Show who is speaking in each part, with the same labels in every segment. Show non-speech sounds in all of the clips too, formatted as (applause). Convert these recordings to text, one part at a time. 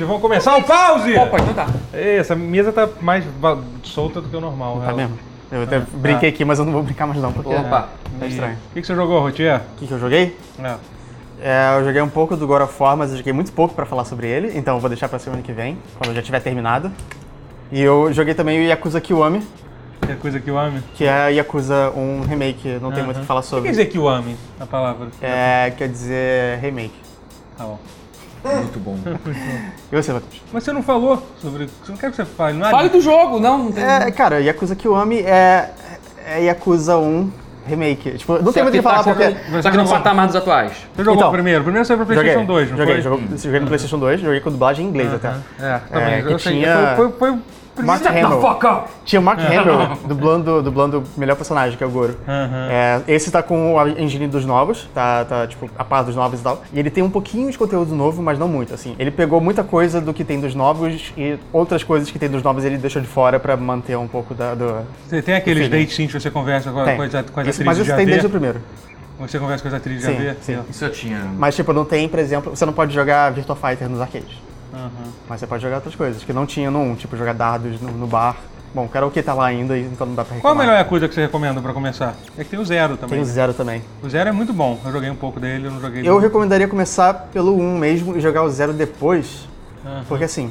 Speaker 1: Vamos começar o pause!
Speaker 2: Opa, então tá.
Speaker 1: Ei, Essa mesa tá mais va- solta do que o normal. né?
Speaker 2: Tá
Speaker 1: ela-
Speaker 2: mesmo. Eu até brinquei aqui, mas eu não vou brincar mais não, porque
Speaker 3: Opa.
Speaker 2: tá estranho.
Speaker 1: O que, que você jogou, Rotier?
Speaker 2: O que, que eu joguei?
Speaker 1: É.
Speaker 2: É, eu joguei um pouco do God of War, mas eu joguei muito pouco pra falar sobre ele, então eu vou deixar pra semana que vem, quando eu já tiver terminado. E eu joguei também o Yakuza Kiwami,
Speaker 1: Que coisa que eu ame. O
Speaker 2: que é Yakuza um remake, não tem
Speaker 1: Aham.
Speaker 2: muito o que falar
Speaker 1: que quer
Speaker 2: sobre.
Speaker 1: dizer que eu ame, a palavra?
Speaker 2: É, quer dizer remake.
Speaker 1: Tá bom.
Speaker 3: Muito bom.
Speaker 2: E você, Matheus?
Speaker 1: Mas você não falou sobre. Você não é? quer que você fale nada?
Speaker 3: Fale do jogo, não,
Speaker 1: Hum.
Speaker 3: não tem.
Speaker 2: É, cara, Yakuza Kiwami é, é Yakuza 1 remake. Tipo, não tem muito o que falar
Speaker 1: tá,
Speaker 2: porque...
Speaker 1: Você
Speaker 3: Só tá que não
Speaker 1: jogou-
Speaker 3: patamar dos atuais.
Speaker 1: Você jogou
Speaker 2: Então.
Speaker 1: o primeiro? O primeiro saiu pra
Speaker 2: Joguei,
Speaker 1: PlayStation 2, não
Speaker 2: joguei,
Speaker 1: foi?
Speaker 2: joguei, joguei no PlayStation 2, joguei com dublagem em inglês até.
Speaker 1: É, também.
Speaker 2: que
Speaker 1: eu sei.
Speaker 2: tinha-
Speaker 1: Foi, foi, foi o primeiro-
Speaker 2: Mark
Speaker 3: Shut the
Speaker 2: Hamill.
Speaker 3: fuck up!
Speaker 2: Tinha o Mark
Speaker 1: É. (laughs)
Speaker 2: Hamill dublando, dublando o melhor personagem, que é o Goro.
Speaker 1: Aham.
Speaker 2: É, esse tá com a engine dos novos, tá, tá, tipo, a par dos novos e tal. E ele tem um pouquinho de conteúdo novo, mas não muito, assim. Ele pegou muita coisa do que tem dos novos e outras coisas que tem dos novos ele deixou de fora pra manter um pouco da, do...
Speaker 1: Você tem aqueles
Speaker 2: Enfim.
Speaker 1: dates que você conversa com, a-
Speaker 2: Tem.
Speaker 1: com as, com as
Speaker 2: Isso-
Speaker 1: atrizes
Speaker 2: mas
Speaker 1: de
Speaker 2: isso
Speaker 1: AV?
Speaker 2: tem desde o primeiro.
Speaker 1: Você conversa com as atrizes
Speaker 2: Sim,
Speaker 1: de AV?
Speaker 2: sim.
Speaker 3: Isso eu tinha.
Speaker 2: Mas, tipo, não tem, por exemplo, você não pode jogar Virtua Fighter nos arcades.
Speaker 1: Aham.
Speaker 2: Mas você pode jogar outras coisas, que não tinha no 1, tipo, jogar dardos no, no bar. Bom, o karaokê tá lá ainda, então não dá pra
Speaker 1: Qual a
Speaker 2: reclamar.
Speaker 1: melhor coisa que você recomenda pra começar? É que tem o Zero também.
Speaker 2: Tem o zero também.
Speaker 1: O Zero é muito bom. Eu joguei um pouco dele, eu não joguei
Speaker 2: Eu
Speaker 1: muito.
Speaker 2: recomendaria começar pelo 1 mesmo e jogar o 0 depois,
Speaker 1: Aham.
Speaker 2: porque assim,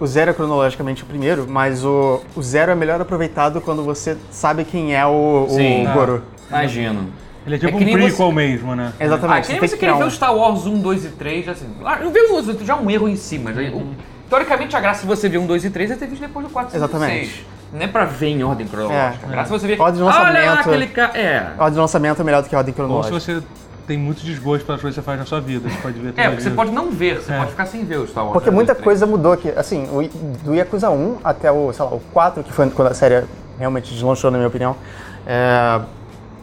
Speaker 2: o 0 é cronologicamente o primeiro, mas o, o 0 é melhor aproveitado quando você sabe quem é o,
Speaker 3: Sim.
Speaker 2: o Goro.
Speaker 3: Imagino.
Speaker 1: Ele é tipo
Speaker 3: É que
Speaker 1: um
Speaker 3: nem
Speaker 1: prequel
Speaker 3: você-
Speaker 1: mesmo, né?
Speaker 3: Ah,
Speaker 2: Exatamente.
Speaker 3: que Ah, nem
Speaker 2: tem
Speaker 3: você
Speaker 2: que
Speaker 3: querer
Speaker 2: criar
Speaker 3: ver
Speaker 2: um-
Speaker 3: o Star Wars 1, 2 e 3, já assim. Ah, eu vi o 2 já é um erro em si, mas aí, o-
Speaker 2: Uhum.
Speaker 3: teoricamente a graça de você ver um 2 e 3 é ter visto depois do 4 5, e
Speaker 2: Exatamente.
Speaker 3: 6. Não é pra ver em ordem cronológica.
Speaker 2: É.
Speaker 3: a graça é você ver.
Speaker 2: Ordem de
Speaker 3: Olha lá
Speaker 2: lançamento.
Speaker 3: aquele cara. É.
Speaker 2: A ordem de lançamento é melhor do que a ordem
Speaker 1: Ou se
Speaker 2: cronológica.
Speaker 1: você tem muito desgosto pelas coisas que você faz na sua vida, você pode ver tudo
Speaker 3: É, porque você
Speaker 1: ali.
Speaker 3: pode não ver, você
Speaker 1: É.
Speaker 3: pode ficar sem ver o Star Wars.
Speaker 2: Porque
Speaker 3: 1, 2 e
Speaker 2: muita
Speaker 3: 3.
Speaker 2: coisa mudou aqui. Assim, o I- do Yakuza 1 até o, sei lá, o 4, que foi quando a série realmente deslanchou, na minha opinião. é,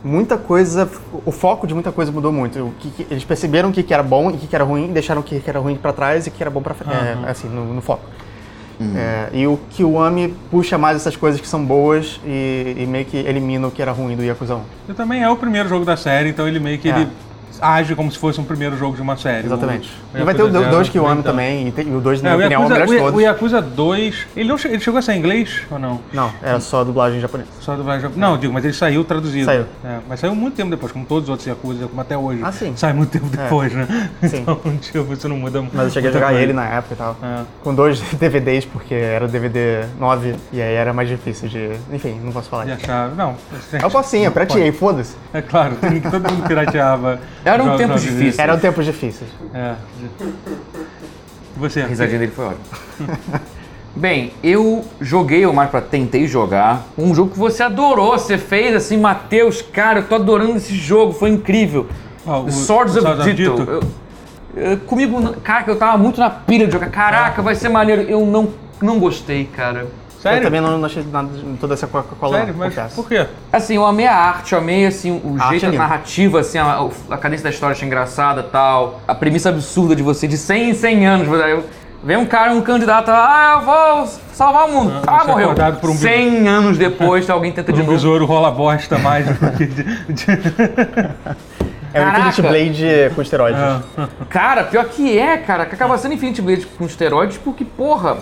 Speaker 2: muita coisa. O foco de muita coisa mudou muito. O que, que- eles perceberam o que, que era bom e o que, que era ruim, deixaram o que, que era ruim pra trás e o que era bom pra frente. é, assim, no, no foco.
Speaker 1: Uhum.
Speaker 2: É, e o Kiwami puxa mais essas coisas que são boas e, e meio que elimina o que era ruim do Yakuza 1.
Speaker 1: E também é o primeiro jogo da série, então ele meio que
Speaker 2: É.
Speaker 1: ele age como se fosse um primeiro jogo de uma série.
Speaker 2: Exatamente.
Speaker 1: O-
Speaker 2: e vai ter o
Speaker 1: Yakuza
Speaker 2: 2
Speaker 1: Zero,
Speaker 2: Kiwami
Speaker 1: então.
Speaker 2: também, e, tem- e o 2, na
Speaker 1: É, o
Speaker 2: minha opinião, é o
Speaker 1: Yakuza,
Speaker 2: melhor
Speaker 1: o,
Speaker 2: de
Speaker 1: Ya- o
Speaker 2: todos.
Speaker 1: Yakuza 2, ele, não, che- ele chegou a ser em inglês ou não?
Speaker 2: Não, era só dublagem japonesa.
Speaker 1: Só do Vai- Não, digo, mas ele saiu traduzido.
Speaker 2: Saiu.
Speaker 1: É, mas saiu muito tempo depois, como todos os outros Yakuza, como até hoje.
Speaker 2: Ah, sim.
Speaker 1: Sai muito tempo depois, né?
Speaker 2: Sim.
Speaker 1: (laughs) Então, tipo, isso não muda muito.
Speaker 2: Mas eu cheguei a jogar ele na época e tal.
Speaker 1: É.
Speaker 2: Com dois (laughs) DVDs, porque era o DVD 9 e aí era mais difícil de. Enfim, não posso falar. É
Speaker 1: E
Speaker 2: isso.
Speaker 1: achava- Não, (laughs)
Speaker 2: Eu posso sim, eu pirateei, foda-se.
Speaker 1: é claro, todo mundo pirateava.
Speaker 3: Era um
Speaker 1: jogos
Speaker 3: tempo
Speaker 1: na vida.
Speaker 3: difícil.
Speaker 2: Eram tempos difíceis.
Speaker 1: É. E Você?
Speaker 3: A risadinha dele foi ótima. (laughs) Bem, eu joguei, ou mais pra tentei jogar, um jogo que você adorou, você fez assim, Matheus, cara, eu tô adorando esse jogo, foi incrível.
Speaker 1: Ah, o-
Speaker 3: Swords of
Speaker 1: Swords of
Speaker 3: Ditto.
Speaker 1: Ditto.
Speaker 3: Eu- eu- comigo, não- cara, que eu tava muito na pilha de jogar,
Speaker 1: Ah.
Speaker 3: caraca, vai ser maneiro. Eu não, não gostei, cara.
Speaker 2: Eu
Speaker 1: Sério?
Speaker 2: também não não achei nada de toda essa Coca-Cola.
Speaker 1: Sério?
Speaker 2: não,
Speaker 1: Mas
Speaker 2: confesso.
Speaker 1: por quê?
Speaker 3: Assim, eu amei a arte, eu amei assim, o
Speaker 2: A arte
Speaker 3: jeito,
Speaker 2: é
Speaker 3: a
Speaker 2: linda.
Speaker 3: narrativa, assim, a, a cadência da história achei engraçada tal. A premissa absurda de você, de 100 em 100 anos. você- eu- Vem um cara, um candidato, ah, eu vou salvar o mundo.
Speaker 1: Ah,
Speaker 3: Ah,
Speaker 1: você é
Speaker 3: morreu.
Speaker 1: acordado por um
Speaker 3: 100 anos depois, tá,
Speaker 1: (laughs)
Speaker 3: alguém tenta de
Speaker 1: O
Speaker 3: novo.
Speaker 1: besouro rola bosta mais do que de- de-
Speaker 2: É o
Speaker 3: Caraca!
Speaker 2: Infinity Blade com esteroides.
Speaker 1: Ah.
Speaker 3: Cara, pior que é, cara, que acaba sendo Infinity Blade com esteroides, porque, porra.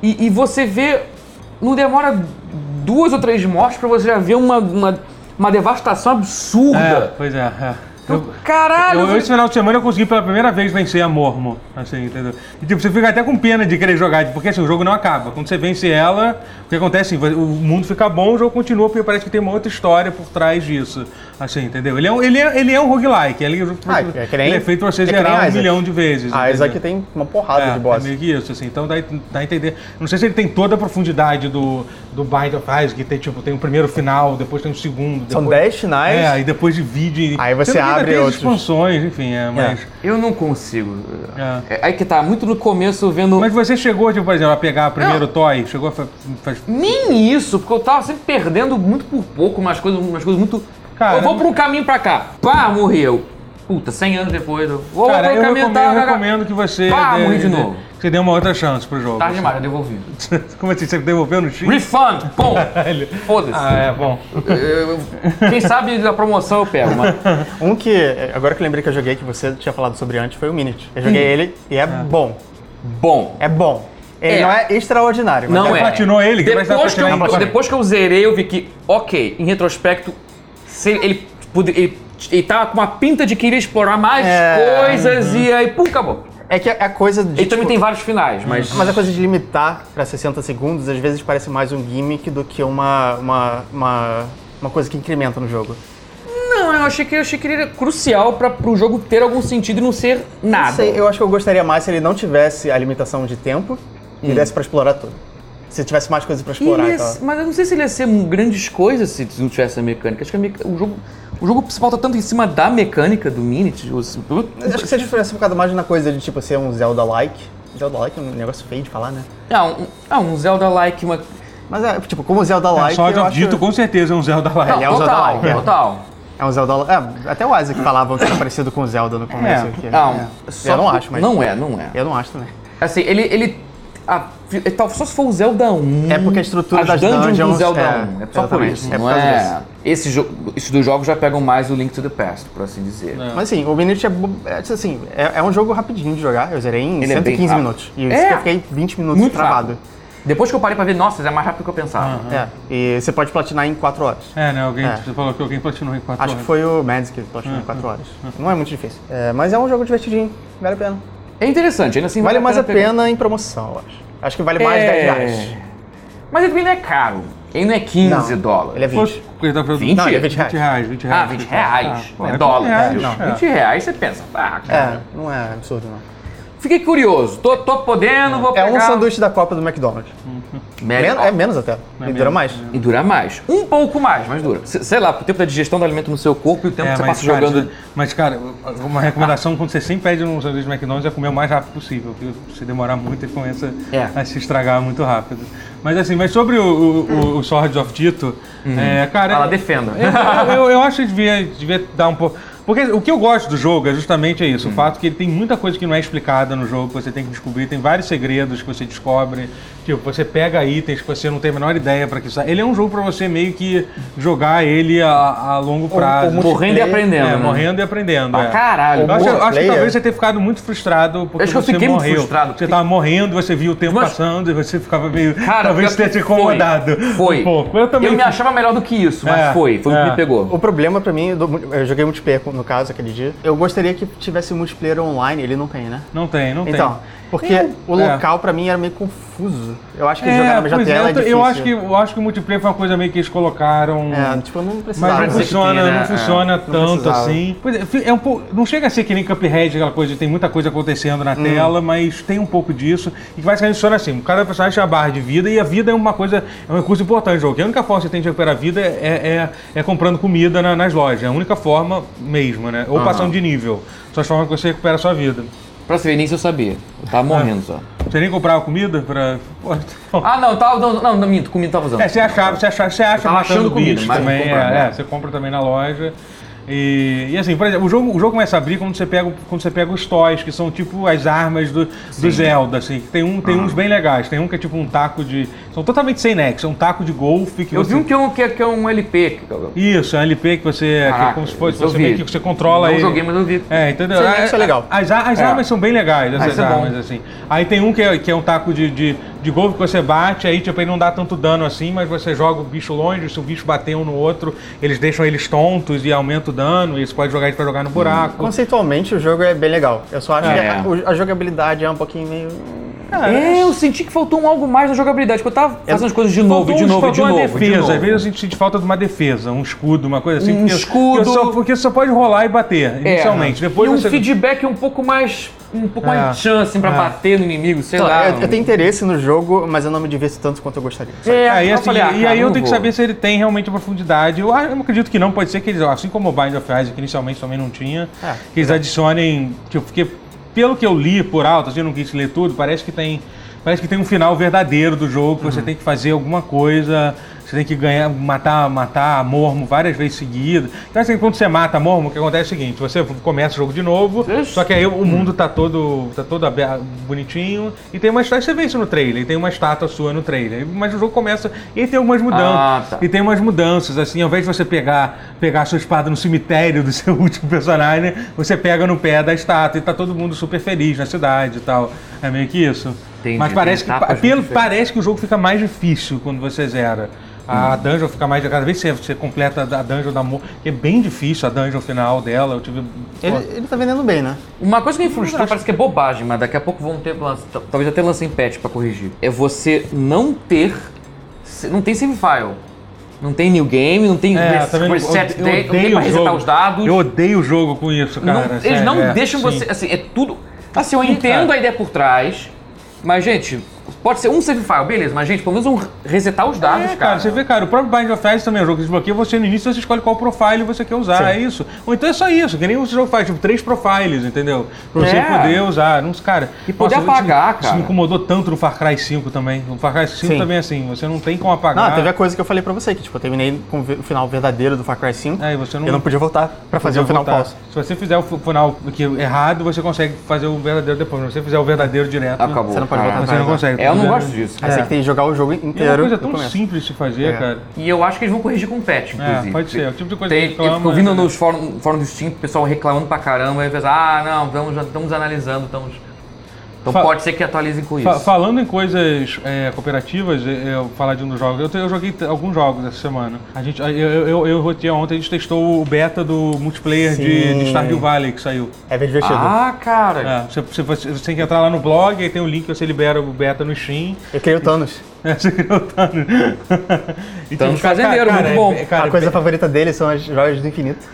Speaker 3: E, e você vê. Não demora duas ou três mortes pra você já ver uma, uma, uma devastação
Speaker 1: É,
Speaker 3: absurda.
Speaker 1: pois é. é. Eu-
Speaker 3: Caralho!
Speaker 1: eu- eu,
Speaker 3: eu-
Speaker 1: esse final de semana eu consegui pela primeira vez vencer a Mormo, assim, entendeu? E tipo, você fica até com pena de querer jogar, porque assim, o jogo não acaba. Quando você vence ela, o que acontece, assim, o mundo fica bom, o jogo continua, porque parece que tem uma outra história por trás disso, assim, entendeu? Ele é um, ele é, ele é um roguelike, ele,
Speaker 2: Ah, é que nem-
Speaker 1: ele é feito pra você
Speaker 2: é que nem
Speaker 1: zerar um
Speaker 2: Isaac.
Speaker 1: milhão de vezes.
Speaker 2: Ah, esse
Speaker 1: entendeu?
Speaker 2: aqui tem uma porrada
Speaker 1: É,
Speaker 2: de
Speaker 1: é
Speaker 2: boss.
Speaker 1: meio que isso, assim. Então dá, dá a entender. Não sei se ele tem toda a profundidade do, do Bind of Isaac, que tem, tipo, tem o primeiro final, depois tem o segundo.
Speaker 2: São
Speaker 1: depois-
Speaker 2: 10 finais.
Speaker 1: É, e depois divide.
Speaker 2: Aí você
Speaker 1: Sendo que ainda
Speaker 2: abre
Speaker 1: tem as
Speaker 2: outros.
Speaker 1: expansões, enfim, é, mas.
Speaker 3: Eu não consigo.
Speaker 1: É.
Speaker 3: É. Aí que tá, muito no começo vendo.
Speaker 1: Mas você chegou, tipo, por exemplo, a pegar o primeiro
Speaker 3: Não.
Speaker 1: toy, chegou a fa- faz-
Speaker 3: Nem isso, porque eu tava sempre perdendo muito por pouco, umas coisas, umas coisas muito.
Speaker 1: Cara,
Speaker 3: eu vou pra um caminho pra cá. Pá, morreu. Puta, 100 anos depois. Eu vou
Speaker 1: Cara,
Speaker 3: pra um
Speaker 1: eu
Speaker 3: caminho
Speaker 1: recomendo,
Speaker 3: tal,
Speaker 1: eu
Speaker 3: cá, cá.
Speaker 1: recomendo que você.
Speaker 3: Pá,
Speaker 1: dê-
Speaker 3: morri de
Speaker 1: dê-
Speaker 3: novo. Tá.
Speaker 1: que Você dê uma outra chance pro jogo.
Speaker 3: Tarde demais, eu devolvi.
Speaker 1: (laughs) Como assim? Você devolveu no X?
Speaker 3: Refund, pum! Foda-se.
Speaker 1: Ah, é, bom.
Speaker 3: Eu- eu- Quem sabe da promoção eu pego, mas.
Speaker 1: Hum.
Speaker 2: Um que, agora que eu lembrei que eu joguei, que você tinha falado sobre antes, foi o Minute. Eu joguei ele e é bom.
Speaker 3: bom.
Speaker 2: É bom. Ele
Speaker 3: É.
Speaker 2: não é extraordinário. mas
Speaker 3: Não
Speaker 1: Já
Speaker 3: é.
Speaker 1: platinou ele? Quem vai dar
Speaker 3: Depois que,
Speaker 1: platinado
Speaker 3: eu,
Speaker 1: agora?
Speaker 3: depois que eu zerei, eu vi que, ok, em retrospecto, se ele, pude- ele, ele tava com uma pinta de querer explorar mais
Speaker 2: É,
Speaker 3: coisas e aí, pum, acabou.
Speaker 2: É que a a coisa de.
Speaker 3: Ele também
Speaker 2: tipo,
Speaker 3: tem vários finais, mas.
Speaker 2: Mas a coisa de limitar pra 60 segundos, às vezes parece mais um gimmick do que uma, uma, uma, uma coisa que incrementa no jogo.
Speaker 3: Não, eu achei que, eu achei que ele era crucial para o jogo ter algum sentido e não ser nada.
Speaker 2: Não sei, eu acho que eu gostaria mais se ele não tivesse a limitação de tempo e desse pra explorar tudo. Se tivesse mais coisas pra
Speaker 3: Hum. E ele
Speaker 2: explorar tá?
Speaker 3: ia
Speaker 2: e tal.
Speaker 3: ser- mas eu não sei se ele ia ser um- grandes coisas se não tivesse a mecânica. Acho que a meca- o, jogo, o jogo se falta tanto em cima da mecânica do Minit. os-
Speaker 2: Acho que se ele tivesse focado mais na coisa de tipo ser um Zelda-like. Zelda-like é um negócio feio de falar, né?
Speaker 3: Ah, um, ah, um Zelda-like, uma.
Speaker 2: Mas é, tipo, como
Speaker 1: É,
Speaker 2: Zelda-like.
Speaker 1: Só
Speaker 2: eu
Speaker 1: eu
Speaker 2: acho-
Speaker 1: dito, com certeza, é um Zelda
Speaker 3: Não,
Speaker 1: Live.
Speaker 2: é um
Speaker 3: total,
Speaker 2: Zelda-like, é.
Speaker 3: total.
Speaker 2: É um Zelda. É, até o Isaac falava que era parecido com Zelda no começo.
Speaker 1: É,
Speaker 2: que-
Speaker 3: Não,
Speaker 2: é.
Speaker 3: Ah, um- só
Speaker 2: eu não
Speaker 3: que-
Speaker 2: acho, mas.
Speaker 3: Não é, não é.
Speaker 2: Eu não acho também.
Speaker 3: Assim, ele. ele a- é tal- só se for o Zelda 1.
Speaker 2: É porque a estrutura
Speaker 3: as
Speaker 2: das
Speaker 3: dungeons, do
Speaker 2: dungeons,
Speaker 3: Zelda
Speaker 2: é,
Speaker 3: 1. É só por
Speaker 2: exatamente,
Speaker 3: isso.
Speaker 2: é por
Speaker 3: não
Speaker 2: causa
Speaker 3: é.
Speaker 2: disso.
Speaker 3: Esse jogo, isso dos jogos já pegam mais o Link to the Past, por assim dizer.
Speaker 2: Mas assim, o Minute é, bo- é, assim, é, é um jogo rapidinho de jogar. Eu zerei em
Speaker 3: Ele é bem
Speaker 2: 115
Speaker 3: rápido.
Speaker 2: minutos. E isso
Speaker 3: É.
Speaker 2: que eu fiquei 20 minutos
Speaker 3: Muito
Speaker 2: travado.
Speaker 3: rápido. Depois que eu parei pra ver, nossa, é mais rápido do que eu pensava.
Speaker 2: É. E você pode platinar em 4 horas.
Speaker 1: É, né? Alguém
Speaker 2: É.
Speaker 1: você falou que alguém platinou em 4
Speaker 2: Acho que foi o Mads que platinou em 4 horas. Não é muito difícil. É, mas é um jogo divertidinho. Vale a pena.
Speaker 3: É interessante, ainda assim
Speaker 2: Vale mais a
Speaker 3: pegar.
Speaker 2: pena em promoção, eu acho. Acho que vale mais
Speaker 3: É.
Speaker 2: 10 reais.
Speaker 3: Mas ele também não é caro. Ele não é 15
Speaker 2: Não,
Speaker 3: dólares.
Speaker 2: Ele é 20.
Speaker 1: Não,
Speaker 2: Não, ele é
Speaker 3: 20?
Speaker 2: 20 reais.
Speaker 1: 20 reais, 20 reais.
Speaker 3: Ah, 20 reais.
Speaker 1: Ah,
Speaker 3: não é
Speaker 1: é 20
Speaker 3: dólar.
Speaker 1: reais,
Speaker 3: não.
Speaker 1: é.
Speaker 3: 20 reais você pensa, ah, cara.
Speaker 2: É, não é absurdo, não.
Speaker 3: Fiquei curioso. Tô, tô podendo, vou
Speaker 2: É
Speaker 3: pegar.
Speaker 2: um sanduíche da Copa do McDonald's.
Speaker 3: Médio-
Speaker 2: Men- é menos é até. E dura mais.
Speaker 3: E dura mais. Um pouco mais, mas dura. Se- Sei lá, o tempo da digestão do alimento no seu corpo e o tempo
Speaker 1: É,
Speaker 3: que você
Speaker 1: mas,
Speaker 3: passa
Speaker 1: cara,
Speaker 3: jogando.
Speaker 1: isso- mas, cara, uma recomendação quando você sempre pede um sanduíche de McDonald's é comer o mais rápido possível, porque se demorar muito ele começa
Speaker 3: É.
Speaker 1: a se estragar muito rápido. Mas assim, mas sobre o, o, o- o Swords of Tito, é, cara.
Speaker 3: Uhum. Fala, É, defenda.
Speaker 1: (laughs) Eu, eu, eu acho que devia, devia dar um pouco. Porque o que eu gosto do jogo é justamente isso,
Speaker 3: Hum.
Speaker 1: o fato que ele tem muita coisa que não é explicada no jogo, que você tem que descobrir, tem vários segredos que você descobre, tipo, você pega itens que você não tem a menor ideia para que isso. Ele é um jogo para você meio que jogar ele a, a longo prazo.
Speaker 2: muito
Speaker 3: Morrendo e
Speaker 2: multiplayer,
Speaker 3: aprendendo.
Speaker 1: É,
Speaker 3: né?
Speaker 1: morrendo e aprendendo.
Speaker 3: Pra
Speaker 1: é.
Speaker 3: caralho.
Speaker 1: Eu acho, eu acho que
Speaker 2: Player.
Speaker 1: talvez você tenha ficado muito frustrado porque
Speaker 3: Acho que eu
Speaker 1: você
Speaker 3: fiquei muito
Speaker 1: morreu.
Speaker 3: frustrado, porque-
Speaker 1: Você tava morrendo, você via o tempo
Speaker 3: Mas-
Speaker 1: passando e você ficava meio.
Speaker 3: Cara,
Speaker 1: talvez
Speaker 3: pior
Speaker 1: tenha
Speaker 3: que
Speaker 1: te
Speaker 3: foi.
Speaker 1: incomodado.
Speaker 3: Foi.
Speaker 1: Um pouco. Eu também.
Speaker 3: me achava melhor do que isso, mas
Speaker 1: É,
Speaker 3: foi. Foi o que
Speaker 1: é.
Speaker 3: me pegou.
Speaker 2: O problema pra mim, do- eu joguei multiplayer no caso aquele dia. Eu gostaria que tivesse multiplayer online, ele não tem, né?
Speaker 1: Não tem, não
Speaker 2: Então,
Speaker 1: tem.
Speaker 2: porque o
Speaker 1: É.
Speaker 2: local pra mim era meio confuso. Eu acho que
Speaker 1: É,
Speaker 2: jogar na mesma
Speaker 1: pois
Speaker 2: tela
Speaker 1: é,
Speaker 2: é
Speaker 1: eu,
Speaker 2: difícil.
Speaker 1: eu acho que, eu acho que o multiplayer foi uma coisa meio que eles colocaram.
Speaker 2: É, tipo, eu não precisava.
Speaker 1: Mas não
Speaker 3: dizer que
Speaker 1: funciona,
Speaker 3: tem, né?
Speaker 1: não
Speaker 3: É,
Speaker 1: funciona tanto
Speaker 2: precisava.
Speaker 1: assim. Pois é, fi- é um pouco, não chega a ser que nem Cuphead, aquela coisa, de tem muita coisa acontecendo na tela, mas tem um pouco disso. E que vai saindo funciona assim, cada personagem tem uma barra de vida e a vida é uma coisa, é um recurso importante no jogo. que a única forma que você tem de recuperar a vida é, é, é comprando comida na- nas lojas. É a única forma mesmo, né? Ou passando de nível. São as formas que você recupera a sua vida.
Speaker 3: Pra você ver, nem se eu sabia. Eu tava morrendo só.
Speaker 1: Você nem comprava comida pra... (laughs) Pô, então-
Speaker 3: Ah, não, tava. Não, não, não minto, comida tava usando.
Speaker 1: É, você achava, você achava, você acha
Speaker 3: tava Tá achando
Speaker 1: matando
Speaker 3: comida,
Speaker 1: bicho
Speaker 3: mas não
Speaker 1: também. É,
Speaker 3: comprava.
Speaker 1: é, você compra também na loja. E, e assim, por exemplo, o jogo, o jogo começa a abrir quando você pega, o- quando você pega os toys, que são tipo as armas do, do Zelda, assim. que Tem, um, tem
Speaker 3: Ah.
Speaker 1: uns bem legais. Tem um que é tipo um taco de. São totalmente sem nexo, é um taco de golfe que
Speaker 3: Eu
Speaker 1: você.
Speaker 3: vi um que é um, que é- que é um LP. que- que-
Speaker 1: Isso, é um LP que você. que é
Speaker 3: Caraca,
Speaker 1: como se fosse.
Speaker 3: isso eu
Speaker 1: Você
Speaker 3: vi.
Speaker 1: meio que você controla
Speaker 3: não
Speaker 1: ele.
Speaker 3: joguei, mas eu vi.
Speaker 1: É, entendeu?
Speaker 2: Sim, isso é legal.
Speaker 1: As, a- as
Speaker 3: É.
Speaker 1: armas são bem legais, essas
Speaker 3: isso é bom.
Speaker 1: armas, assim. Aí tem um que é, que é um taco de, de, de golfe que você bate, aí tipo, ele não dá tanto dano assim, mas você joga o bicho longe, se o bicho bater um no outro, eles deixam eles tontos e aumenta o dano, e você pode jogar eles pra jogar no buraco.
Speaker 2: Conceitualmente o jogo é bem legal. Eu só acho
Speaker 3: É.
Speaker 2: que a, o- a jogabilidade é um pouquinho meio.
Speaker 3: É, eu senti que faltou um algo mais na jogabilidade, porque eu tava fazendo as coisas de
Speaker 1: É, Faltou
Speaker 3: novo, e de
Speaker 1: uns-
Speaker 3: novo, e de
Speaker 1: faltou uma
Speaker 3: novo. e de
Speaker 1: defesa.
Speaker 3: novo.
Speaker 1: Às vezes a gente sente falta de uma defesa, um escudo, uma coisa assim.
Speaker 3: Um
Speaker 1: porque-
Speaker 3: escudo.
Speaker 1: porque só- Porque só pode rolar e bater,
Speaker 3: É.
Speaker 1: inicialmente. Depois
Speaker 3: e um
Speaker 1: você...
Speaker 3: feedback um pouco mais. Um pouco
Speaker 1: É.
Speaker 3: mais de chance assim, pra
Speaker 1: É.
Speaker 3: bater no inimigo, sei lá.
Speaker 2: Então,
Speaker 1: um-
Speaker 2: eu, eu tenho interesse no jogo, mas eu não me divirto tanto quanto eu gostaria. sabe?
Speaker 3: É,
Speaker 1: Aí,
Speaker 3: eu
Speaker 1: assim,
Speaker 3: falei, ah,
Speaker 1: e
Speaker 3: cara,
Speaker 1: aí eu
Speaker 3: não
Speaker 1: tenho que
Speaker 3: vou.
Speaker 1: saber se ele tem realmente profundidade. Eu, ah, eu acredito que não, pode ser que eles, assim como o Bind of Isaac inicialmente também não tinha,
Speaker 2: É.
Speaker 1: que eles adicionem. Tipo, porque pelo que eu li por alto, assim, eu não quis ler tudo, parece que tem. Parece que tem um final verdadeiro do jogo, que você tem que fazer alguma coisa. Você tem que ganhar, matar, matar mormo várias vezes seguidas. Então, assim, quando você mata mormo, o que acontece é o seguinte: você começa o jogo de novo,
Speaker 3: Isso.
Speaker 1: só que aí o mundo tá todo, tá todo abe- bonitinho. E tem uma história, você vê isso no trailer, e tem uma estátua sua no trailer. Mas o jogo começa e tem algumas mudanças.
Speaker 3: Ah, tá.
Speaker 1: Então, E tem umas mudanças, assim, ao invés de você pegar, pegar a sua espada no cemitério do (laughs) seu último personagem, você pega no pé da estátua e tá todo mundo super feliz na cidade e tal. É meio que isso.
Speaker 3: Entendi,
Speaker 1: Mas
Speaker 3: tem
Speaker 1: parece que,
Speaker 3: etapas
Speaker 1: pa-
Speaker 3: muito
Speaker 1: pelo,
Speaker 3: diferentes.
Speaker 1: parece que o jogo fica mais difícil quando você zera.
Speaker 3: Hum.
Speaker 1: A dungeon fica mais. Cada vez que você, você completa a dungeon da Mo, que é bem difícil a dungeon final dela. Eu tive.
Speaker 2: Ele, ele tá vendendo bem, né?
Speaker 3: Uma coisa que me frustrou, parece que é bobagem, mas daqui a pouco vão ter, lan- t- talvez até lancem patch pra corrigir. É você não ter, se- não tem save file. Não tem new game, não tem
Speaker 1: É,
Speaker 3: res-
Speaker 1: também eu-
Speaker 3: reset
Speaker 1: eu
Speaker 3: day, não tem
Speaker 1: odeio
Speaker 3: pra
Speaker 1: o
Speaker 3: resetar
Speaker 1: jogo.
Speaker 3: os dados.
Speaker 1: Eu odeio o jogo com isso,
Speaker 3: Não-
Speaker 1: cara.
Speaker 3: eles
Speaker 1: sério,
Speaker 3: não
Speaker 1: é,
Speaker 3: deixam
Speaker 1: sim.
Speaker 3: você, assim, é tudo... Assim, eu entendo
Speaker 1: cara.
Speaker 3: a ideia por trás, mas, gente, pode ser um save file, beleza, mas, gente, pelo menos um re- resetar os dados,
Speaker 1: É, cara, você vê, cara, o próprio Bind of Isaac também é um jogo que desbloqueia, você no início você escolhe qual profile você quer usar, é isso. Ou então é só isso, que nem o jogo faz, tipo, três profiles, entendeu? Pra você
Speaker 3: É.
Speaker 1: poder usar. Não, cara,
Speaker 3: E poder
Speaker 1: nossa, isso,
Speaker 3: apagar,
Speaker 1: Isso
Speaker 3: cara.
Speaker 1: me incomodou tanto no Far Cry 5 também. No Far Cry 5
Speaker 2: Sim.
Speaker 1: também é assim, você não tem como apagar.
Speaker 2: Não, teve a coisa que eu falei pra você, que tipo, eu terminei com o ve- o final verdadeiro do Far Cry 5.
Speaker 1: É, e você não-
Speaker 2: eu não podia voltar pra fazer
Speaker 3: um
Speaker 2: o final
Speaker 1: voltar.
Speaker 2: falso.
Speaker 1: Se você fizer o final que- é errado, você consegue fazer o verdadeiro depois. Se você fizer o verdadeiro direto,
Speaker 3: Tá, Acabou.
Speaker 2: Você não pode
Speaker 3: cara.
Speaker 2: voltar
Speaker 1: você não
Speaker 2: atrás, né?
Speaker 1: consegue.
Speaker 3: Ah, É, eu não
Speaker 1: É.
Speaker 3: gosto disso.
Speaker 2: Aí você tem que jogar o jogo
Speaker 1: É uma
Speaker 2: inteiro.
Speaker 1: coisa
Speaker 2: do
Speaker 1: tão
Speaker 2: começo.
Speaker 1: simples de se fazer,
Speaker 2: É.
Speaker 1: cara.
Speaker 3: E eu acho que eles vão corrigir com patch, inclusive.
Speaker 1: pode ser, é o tipo de coisa
Speaker 3: Tem,
Speaker 1: que reclama,
Speaker 3: Eu fico vindo
Speaker 1: né?
Speaker 3: nos fóruns fórum do Steam, o pessoal reclamando pra caramba, e pensa, ah, não, vamos, já estamos analisando, estamos... Então
Speaker 1: Fa-
Speaker 3: pode ser que atualizem com isso.
Speaker 1: Fa- falando em coisas é, cooperativas, eu, eu falar de um dos jogos. Eu, te- eu joguei t- alguns jogos essa semana. A gente, eu, eu, eu, eu e o Rotier ontem, a gente testou o beta do multiplayer de,
Speaker 2: Sim.
Speaker 1: de Stardew Valley que saiu.
Speaker 2: É bem divertido.
Speaker 3: ah, cara.
Speaker 1: É, você, você, você- você tem que entrar lá no blog, aí tem o link, você libera o beta no Steam. (laughs)
Speaker 2: Eu criei o Thanos.
Speaker 1: né, Você criou o Thanos. (laughs) E,
Speaker 3: Thanos
Speaker 1: cara,
Speaker 3: Então, fazendeiro,
Speaker 1: cara,
Speaker 3: muito bom.
Speaker 1: é- é- cara,
Speaker 2: a coisa favorita dele são as joias do infinito.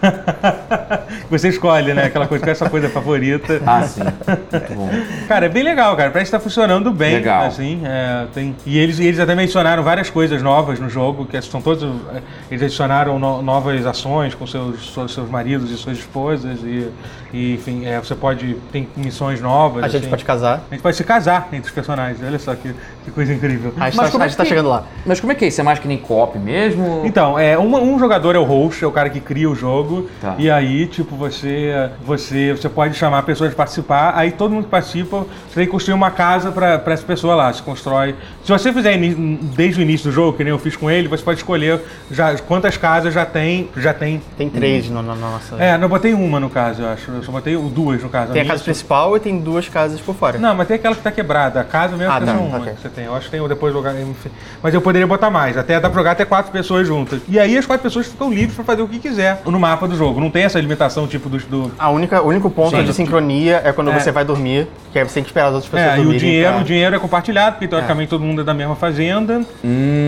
Speaker 1: Você escolhe, né? Aquela coisa, qual é a sua coisa favorita.
Speaker 3: Ah, sim. Muito bom.
Speaker 1: Cara, é bem legal, cara. Parece que tá funcionando bem.
Speaker 3: Legal.
Speaker 1: Assim, é, tem... E eles, e eles até mencionaram várias coisas novas no jogo, que são todos. é, Eles adicionaram no- novas ações com seus, seus, seus maridos e suas esposas. E, e, enfim, é, você pode. Tem missões novas.
Speaker 2: A gente
Speaker 1: assim.
Speaker 2: pode casar.
Speaker 1: A gente pode se casar entre os personagens. Olha só que, que coisa incrível.
Speaker 2: (laughs) A gente,
Speaker 3: Mas como
Speaker 2: tá,
Speaker 3: é
Speaker 2: a gente tá
Speaker 3: que-
Speaker 2: chegando lá.
Speaker 3: Mas como é que é isso? É mais que nem cop mesmo?
Speaker 1: Então, é, uma- um jogador é o host, é o cara que cria o jogo.
Speaker 3: Tá.
Speaker 1: E aí, tipo, você, você, você pode chamar pessoas para participar. Aí todo mundo que participa, você tem que construir uma casa para essa pessoa lá. Se constrói. Se você fizer ini- desde o início do jogo, que nem eu fiz com ele, você pode escolher já, quantas casas já tem, já tem.
Speaker 2: Tem três no- no- na nossa.
Speaker 1: É, não eu botei uma no caso, eu acho. Eu só botei duas no caso.
Speaker 2: Tem a
Speaker 1: minha-
Speaker 2: casa principal e tem duas casas por fora.
Speaker 1: não, mas tem aquela que tá quebrada. A casa mesmo
Speaker 2: Ah,
Speaker 1: tem
Speaker 2: tá,
Speaker 1: só uma
Speaker 2: ok.
Speaker 1: que você tem. Eu acho que tem um depois jogar. enfim. Mas eu poderia botar mais. Até dá pra jogar até quatro pessoas juntas. E aí as quatro pessoas ficam livres pra fazer o que quiser no mapa do jogo. Não tem essa limitação tipo do. do-
Speaker 2: A única, o único ponto
Speaker 1: Sim.
Speaker 2: de sincronia é quando
Speaker 1: É.
Speaker 2: você vai dormir, que aí você tem que esperar as outras pessoas
Speaker 1: É, e o
Speaker 2: dormirem. tá?
Speaker 1: dinheiro,
Speaker 2: pra-
Speaker 1: o dinheiro é compartilhado, porque teoricamente todo mundo é da mesma fazenda.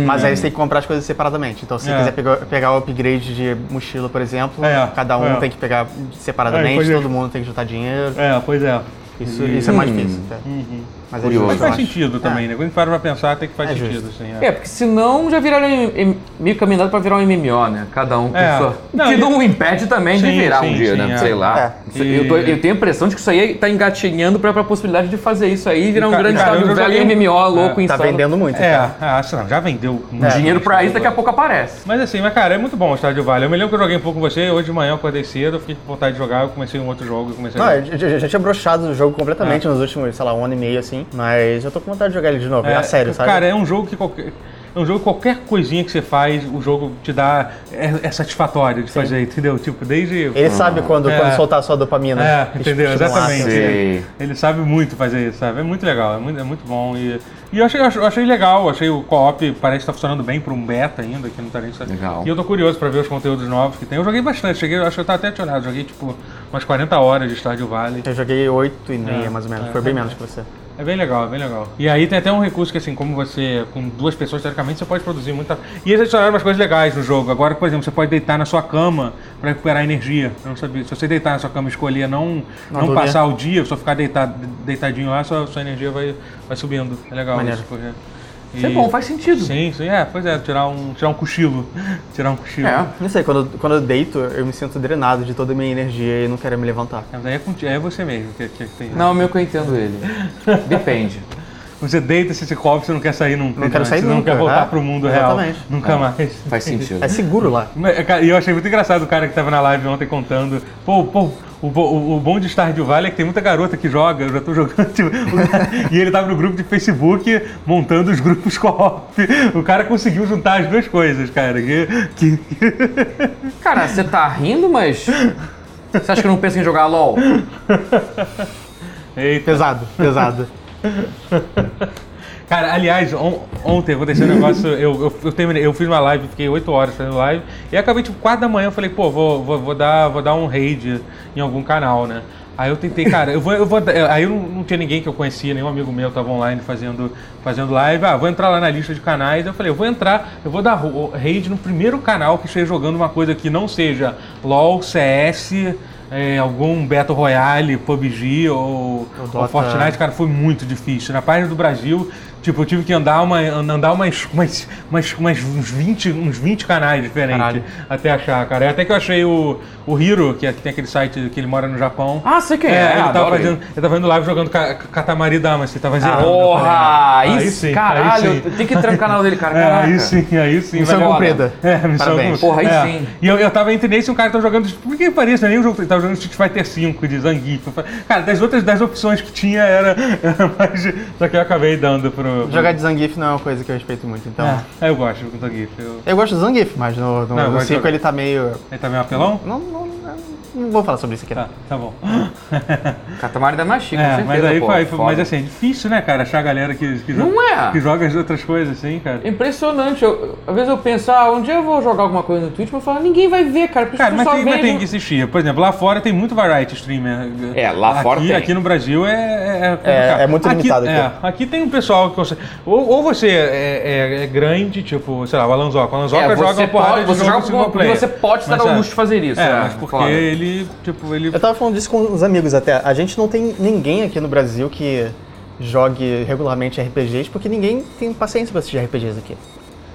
Speaker 2: Mas aí você tem que comprar as coisas separadamente. Então, se você
Speaker 1: É.
Speaker 2: quiser pegar, pegar o upgrade de mochila, por exemplo,
Speaker 1: É,
Speaker 2: cada um
Speaker 1: é.
Speaker 2: tem que pegar
Speaker 1: É,
Speaker 2: separadamente,
Speaker 1: pois é.
Speaker 2: todo mundo tem que juntar dinheiro.
Speaker 1: É, pois é. Uhum.
Speaker 2: Isso, isso é mais difícil. Tá? Mas
Speaker 1: Mas
Speaker 3: Curioso.
Speaker 2: é difícil, eu
Speaker 1: faz
Speaker 2: acho.
Speaker 1: sentido também, né? Quando para pra pensar, tem que faz
Speaker 2: É
Speaker 1: sentido,
Speaker 2: justo.
Speaker 1: assim.
Speaker 3: É, porque senão já viraram em- em- meio caminhado pra virar um MMO, né? Cada um com
Speaker 1: É.
Speaker 3: sua.
Speaker 1: Não,
Speaker 3: que
Speaker 1: e-
Speaker 3: não impede também
Speaker 1: Sim,
Speaker 3: de virar
Speaker 1: sim,
Speaker 3: um dia,
Speaker 1: sim,
Speaker 3: né?
Speaker 1: é.
Speaker 3: Sei lá.
Speaker 1: É.
Speaker 3: Isso- Eu, tô-
Speaker 1: E-
Speaker 3: eu tenho a impressão de que isso aí tá engatinhando pra, pra possibilidade de fazer isso aí e virar um
Speaker 1: Cara,
Speaker 3: grande
Speaker 1: cara, eu
Speaker 3: Stardew
Speaker 1: já
Speaker 3: Valley
Speaker 1: joguei um-
Speaker 3: MMO louco,
Speaker 1: É.
Speaker 2: Tá
Speaker 3: insano.
Speaker 2: vendendo muito.
Speaker 1: É,
Speaker 2: cara.
Speaker 1: ah, sei lá, já vendeu
Speaker 2: É,
Speaker 1: um
Speaker 3: Dinheiro pra isso, daqui a pouco aparece.
Speaker 1: Mas assim, mas cara, é muito bom o Estádio Vale. Eu me lembro que eu joguei um pouco com você, hoje de manhã eu acordei cedo, eu fiquei com vontade de jogar, eu comecei um outro jogo, eu comecei
Speaker 2: Não,
Speaker 1: a...
Speaker 2: eu já- já já tinha brochado o jogo completamente
Speaker 1: É.
Speaker 2: nos últimos, sei lá, um ano e meio assim. Mas eu tô com vontade de jogar ele de novo, é, a sério, sabe?
Speaker 1: Cara, é um jogo que qualquer. É um jogo que qualquer coisinha que você faz, o jogo te dá. É, é satisfatório de fazer, entendeu? Tipo, desde.
Speaker 2: Ele né? tipo sabe quando,
Speaker 1: É.
Speaker 2: quando soltar a sua dopamina.
Speaker 1: É, entendeu?
Speaker 2: Estimular.
Speaker 1: Exatamente.
Speaker 3: Sim.
Speaker 2: assim.
Speaker 1: Ele, ele sabe muito fazer isso, sabe? É muito legal, é muito, é muito bom. E, e eu, achei, eu achei- eu achei legal, achei o co-op, parece que tá funcionando bem para um beta ainda, que não tá nem
Speaker 3: Legal.
Speaker 1: E eu tô curioso para ver os conteúdos novos que tem. Eu joguei bastante, cheguei, eu acho que eu tava até acionado, joguei tipo umas 40 horas de Stardew Valley.
Speaker 2: Eu joguei oito e meia,
Speaker 1: É,
Speaker 2: mais ou menos.
Speaker 1: é.
Speaker 2: Foi bem menos que você.
Speaker 1: É bem legal, é bem legal. E aí tem até um recurso que, assim, como você, com duas pessoas, teoricamente, você pode produzir muita. E eles adicionaram umas coisas legais no jogo. Agora, por exemplo, você pode deitar na sua cama pra recuperar energia. Eu não sabia. Se você deitar na sua cama e escolher não, não,
Speaker 2: dormir.
Speaker 1: passar o dia, só ficar deitado, deitadinho lá, sua, sua energia vai, vai subindo. É legal
Speaker 2: Maneiro.
Speaker 1: isso. Porque...
Speaker 3: Isso é
Speaker 1: E-
Speaker 3: bom, faz sentido.
Speaker 1: Sim, sim, é, pois é, tirar um, tirar um cochilo. (laughs) tirar um cochilo.
Speaker 3: É.
Speaker 2: Não sei, quando, quando eu deito, eu me sinto drenado de toda a minha energia e não quero me levantar.
Speaker 1: Mas aí é, conti- é você mesmo que, que, que tem.
Speaker 3: Não, meu que eu entendo ele. Depende.
Speaker 1: Você deita, você se cobre, você não quer sair nunca.
Speaker 2: Não quero sair
Speaker 1: você não
Speaker 2: nunca,
Speaker 1: quer voltar
Speaker 2: é.
Speaker 1: pro mundo real.
Speaker 2: Exatamente.
Speaker 1: Nunca mais.
Speaker 3: Faz sentido.
Speaker 2: É seguro lá.
Speaker 1: Mas, cara, E eu achei muito engraçado o cara que tava na live ontem contando. Pô, pô, o, bo- o- o bom de Stardew Valley é que tem muita garota que joga, eu já tô jogando. (laughs) tipo, o- e ele tava no grupo de Facebook montando os grupos co-op. O cara conseguiu juntar as duas coisas, cara. Que, que-
Speaker 3: Cara, você tá rindo, mas. Você acha que eu não penso em jogar LOL?
Speaker 1: Eita.
Speaker 2: Pesado,
Speaker 1: (laughs)
Speaker 2: pesado.
Speaker 1: Cara, aliás, on- ontem aconteceu um negócio, eu, eu, eu terminei, eu fiz uma live, fiquei 8 horas fazendo live, e acabei tipo 4 da manhã, eu falei, pô, vou, vou, vou dar, vou dar um raid em algum canal, né? Aí eu tentei, cara, eu vou, eu vou, dar- aí eu não, não tinha ninguém que eu conhecia, nenhum amigo meu tava online fazendo, fazendo live, ah, vou entrar lá na lista de canais, eu falei, eu vou entrar, eu vou dar ro- raid no primeiro canal que esteja jogando uma coisa que não seja LoL, CS, eh, algum Battle Royale, PUBG ou, ou
Speaker 2: Dota.
Speaker 1: Fortnite, cara, foi muito difícil. Na página do Brasil, tipo, eu tive que andar, uma, andar umas, umas, umas, umas- uns, 20, uns 20 canais diferentes
Speaker 2: Caralho.
Speaker 1: até achar, cara. E Até que eu achei o, o Hiro, que, é- que tem aquele site que ele mora no Japão.
Speaker 3: Ah, sei quem é.
Speaker 1: É, ele, tava
Speaker 3: adoro Ah,
Speaker 1: fazendo, ele tava indo live jogando ca, Katamari Damacy, tava zerando. Eu
Speaker 3: Porra!
Speaker 1: falei,
Speaker 3: Aí, sim, caralho,
Speaker 1: Ah, sim.
Speaker 3: tem que entrar no canal dele, cara.
Speaker 1: É,
Speaker 3: Caraca.
Speaker 1: aí sim, aí sim.
Speaker 2: Missão
Speaker 1: vai-
Speaker 2: cumprida.
Speaker 1: É, missão cumprida.
Speaker 2: Parabéns.
Speaker 3: Porra, aí
Speaker 1: É.
Speaker 3: sim.
Speaker 1: E eu, eu tava entre esse e um cara que tava jogando. Por que pareça? é Nem o jogo. Ele tava jogando Street Fighter V de Zangief. Eu falei, Cara, das outras das opções que tinha era, era mais. Só que eu acabei dando pro. pro-
Speaker 2: Jogar de Zangief não é uma coisa que eu respeito muito, então.
Speaker 1: É, eu gosto do Zangief. Eu...
Speaker 2: Eu gosto do Zangief, mas no, no,
Speaker 1: Não, eu
Speaker 2: no
Speaker 1: gosto
Speaker 2: circo
Speaker 1: de-
Speaker 2: ele tá meio.
Speaker 1: Ele tá meio
Speaker 3: Hum.
Speaker 1: apelão?
Speaker 2: Não, não, não, não vou falar sobre isso aqui.
Speaker 1: Tá, tá bom.
Speaker 3: Catamari da Machica,
Speaker 1: É,
Speaker 3: com certeza,
Speaker 1: mas aí
Speaker 3: pô,
Speaker 1: foi,
Speaker 3: foda.
Speaker 1: Mas assim, é difícil, né, cara, achar a galera que, que, jo-
Speaker 3: Não é.
Speaker 1: que joga as outras coisas assim, cara.
Speaker 3: Impressionante. Eu- às vezes eu penso, ah, um dia eu vou jogar alguma coisa no Twitch, mas eu falo, ninguém vai ver, cara. Porque
Speaker 1: Cara, mas
Speaker 3: só
Speaker 1: tem, mas
Speaker 3: vende-
Speaker 1: tem que existir. Por exemplo, lá fora tem muito variety streamer.
Speaker 3: É, lá
Speaker 1: aqui,
Speaker 3: fora tem.
Speaker 1: Aqui no Brasil é. É, complicado.
Speaker 2: é muito limitado aqui.
Speaker 1: É, aqui tem um pessoal que consegue. Ou, ou você é, é- é grande, tipo, sei lá, o Alanzoca. O Alanzoca
Speaker 3: É,
Speaker 1: joga
Speaker 3: você
Speaker 1: uma porrada
Speaker 3: pode,
Speaker 1: de
Speaker 3: você
Speaker 1: jogo
Speaker 3: joga
Speaker 1: single
Speaker 3: porque
Speaker 1: player.
Speaker 3: você pode se dar
Speaker 1: Mas,
Speaker 3: ao
Speaker 1: é.
Speaker 3: luxo de fazer isso.
Speaker 1: É,
Speaker 3: né?
Speaker 1: mas porque
Speaker 3: Foda.
Speaker 1: ele, tipo, ele.
Speaker 2: Eu tava falando disso com uns amigos até. A gente não tem ninguém aqui no Brasil que jogue regularmente RPGs, porque ninguém tem paciência pra assistir RPGs aqui.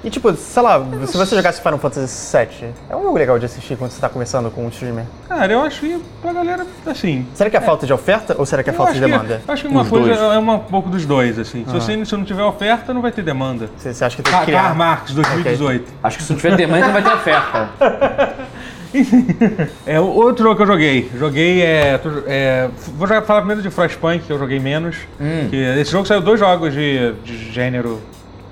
Speaker 2: E tipo, sei lá, se você jogasse Final Fantasy VII, é um jogo legal de assistir quando você tá conversando com um streamer.
Speaker 1: Cara, eu acho que pra galera, assim,
Speaker 2: Será que é, falta de oferta ou será que é
Speaker 1: Eu
Speaker 2: falta
Speaker 1: acho
Speaker 2: de
Speaker 1: que-
Speaker 2: demanda?
Speaker 1: eu acho que uma
Speaker 3: Os
Speaker 1: coisa
Speaker 3: dois. Ah.
Speaker 1: é uma- um pouco dos dois, assim. Se você se não tiver oferta, não vai ter demanda.
Speaker 2: Você, você acha que tem que
Speaker 1: Ca-
Speaker 2: criar?
Speaker 1: Karl Marx, 2018.
Speaker 3: Acho que se não tiver demanda, não vai ter oferta.
Speaker 1: É, o outro jogo que eu joguei. Joguei é. tô- é, f- vou jogar- falar primeiro de Frostpunk, que eu joguei menos.
Speaker 2: Hum.
Speaker 1: Que esse jogo saiu dois jogos de, de gênero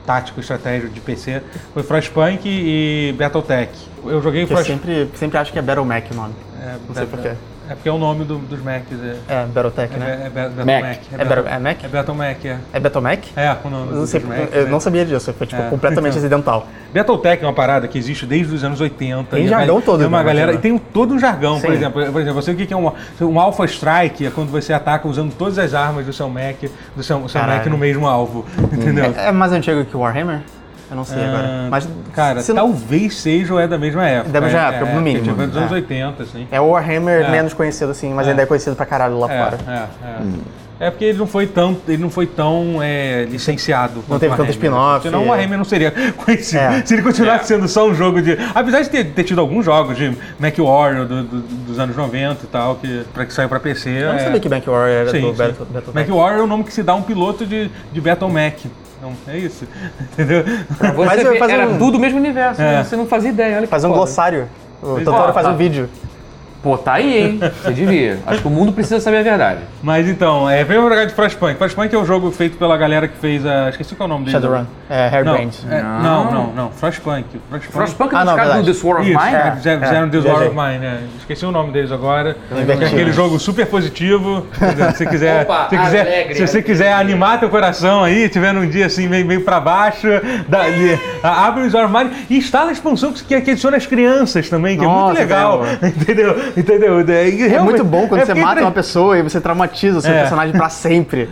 Speaker 1: tático, estratégico de PC. Foi Frostpunk e Battletech. Eu joguei
Speaker 2: Porque eu
Speaker 1: Frost...
Speaker 2: sempre, sempre acho que é Battle Mac o nome.
Speaker 1: é,
Speaker 2: não sei
Speaker 1: Bat-
Speaker 2: por quê.
Speaker 1: É porque é o nome do- dos Macs. É,
Speaker 2: É Battletech,
Speaker 1: é,
Speaker 2: né?
Speaker 1: é, Bat- Battle
Speaker 3: Mac.
Speaker 1: Mac.
Speaker 2: É,
Speaker 1: Bat-
Speaker 2: Battle, é Mac?
Speaker 1: é Battle Mac, é.
Speaker 2: É Battle Mac?
Speaker 1: É, o nome
Speaker 2: Eu não,
Speaker 1: dos
Speaker 2: sei,
Speaker 1: Macs.
Speaker 2: eu
Speaker 1: né?
Speaker 2: não sabia disso, foi tipo,
Speaker 1: É.
Speaker 2: completamente acidental.
Speaker 1: Battletech é uma parada que existe desde os anos 80.
Speaker 2: Tem
Speaker 1: E a
Speaker 2: jargão
Speaker 1: galera-
Speaker 2: todo,
Speaker 1: Tem uma
Speaker 2: né,
Speaker 1: galera, e
Speaker 2: imagina.
Speaker 1: tem um- todo um jargão. Por
Speaker 2: Sim.
Speaker 1: exemplo, por exemplo, você o que que é um, um Alpha Strike? É quando você ataca usando todas as armas do seu Mac, do seu, seu Mac
Speaker 2: Caralho.
Speaker 1: no mesmo alvo. Entendeu?
Speaker 2: É, é mais antigo que Warhammer? Eu não sei
Speaker 1: Ah,
Speaker 2: É, agora. Mas,
Speaker 1: cara,
Speaker 2: se não-
Speaker 1: talvez seja ou é da mesma época.
Speaker 2: Da mesma
Speaker 1: É,
Speaker 2: época,
Speaker 1: é,
Speaker 2: no mínimo.
Speaker 1: Tipo, é dos anos
Speaker 2: É.
Speaker 1: 80, assim.
Speaker 2: É o Warhammer
Speaker 1: É.
Speaker 2: menos conhecido, assim, mas ainda é conhecido pra caralho lá
Speaker 1: É,
Speaker 2: fora. Hum.
Speaker 1: é, é. É porque ele não foi tão, ele não foi tão é, licenciado. quanto
Speaker 2: teve tanto
Speaker 1: Warhammer.
Speaker 2: spin-off,
Speaker 1: Senão o
Speaker 2: é.
Speaker 1: Warhammer não seria (laughs) conhecido.
Speaker 2: É.
Speaker 1: Se ele continuasse sendo só um jogo de... Apesar de ter, ter tido alguns jogos de MacWarrior do, do- dos anos 90 e tal, que, pra, que saiu pra PC.
Speaker 2: Eu não
Speaker 1: é...
Speaker 2: sabia que Bank War era
Speaker 1: Sim,
Speaker 2: do
Speaker 1: sim.
Speaker 2: Battle, Battletech.
Speaker 1: MacWarrior é o nome que se dá a um piloto de, de Battle Mac. Então, é isso. (laughs)
Speaker 2: (laughs)
Speaker 1: Entendeu?
Speaker 3: Pra você
Speaker 2: Mas eu
Speaker 3: ver,
Speaker 2: fazer
Speaker 3: era
Speaker 2: um-
Speaker 3: tudo o mesmo universo,
Speaker 1: É.
Speaker 3: né? Você não fazia ideia, olha que
Speaker 2: Fazer um
Speaker 3: foda.
Speaker 2: glossário. O
Speaker 1: Pois
Speaker 2: Totoro
Speaker 3: é.
Speaker 2: faz
Speaker 3: Ah,
Speaker 2: um vídeo.
Speaker 3: Pô, tá aí, hein? Você devia. Acho que o mundo precisa saber a verdade.
Speaker 1: Mas então, é, vem jogar de Frostpunk. Frostpunk é um jogo feito pela galera que fez a... Esqueci qual é o nome dele.
Speaker 2: Shadowrun. É,
Speaker 1: Não,
Speaker 2: Hairbrand.
Speaker 1: é, não, não, não. Frostpunk. Frostpunk.
Speaker 3: Frostpunk é
Speaker 2: Ah,
Speaker 3: dos
Speaker 2: não,
Speaker 3: caras do
Speaker 2: verdade.
Speaker 3: This War of
Speaker 1: Isso,
Speaker 3: Mine?
Speaker 1: é, fizeram- fizeram This War
Speaker 2: viajei.
Speaker 1: of Mine, né? Esqueci o nome deles agora. Que é
Speaker 2: Invertido.
Speaker 1: aquele jogo super positivo. entendeu? Se você quiser,
Speaker 3: Opa,
Speaker 1: se, quiser-
Speaker 3: alegre,
Speaker 1: se você quiser animar teu coração aí, tiver um dia assim meio, meio pra baixo, dá- li- a- abre o This War of Mine e instala a expansão que, que adiciona as crianças também, que é muito
Speaker 2: Nossa, um-
Speaker 1: legal. (laughs) Entendeu? Entendeu?
Speaker 2: É muito bom quando você mata
Speaker 1: uma
Speaker 2: uma pessoa e você traumatiza o seu
Speaker 1: É.
Speaker 2: personagem
Speaker 1: (laughs)
Speaker 2: pra sempre.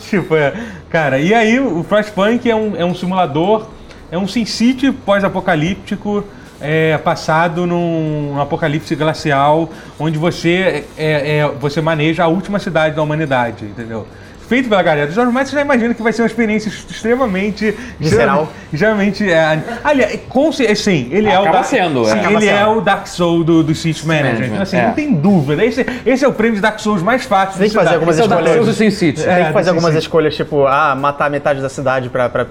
Speaker 1: tipo, é. Cara, e aí o Frostpunk é um, é um simulador, é um Sin City pós-apocalíptico, é, passado num apocalipse glacial, onde você, é, é- você maneja a última cidade da humanidade, entendeu? feito pela galera do Jorge Martin, você já imagina que vai ser uma experiência extremamente... (laughs)
Speaker 2: Visceral.
Speaker 1: Geralmente, é, aliás, com, cer- sim, ele é o...
Speaker 3: Acaba
Speaker 1: Dark-
Speaker 3: sendo,
Speaker 1: sim,
Speaker 3: é.
Speaker 2: Acaba
Speaker 1: ele é
Speaker 2: sendo.
Speaker 1: o Dark Souls do, do City Manager.
Speaker 3: Management,
Speaker 1: Então, assim,
Speaker 3: é.
Speaker 1: não tem dúvida. Esse, esse é o prêmio de Dark Souls mais fácil. de
Speaker 2: Tem que
Speaker 1: se
Speaker 2: fazer
Speaker 1: dar.
Speaker 2: algumas
Speaker 3: Esse é o Dark
Speaker 2: escolhas.
Speaker 3: Souls do Sin City.
Speaker 1: É.
Speaker 2: Tem que fazer
Speaker 1: sim,
Speaker 2: algumas
Speaker 1: sim.
Speaker 2: escolhas, tipo, ah, matar metade da cidade pra, pra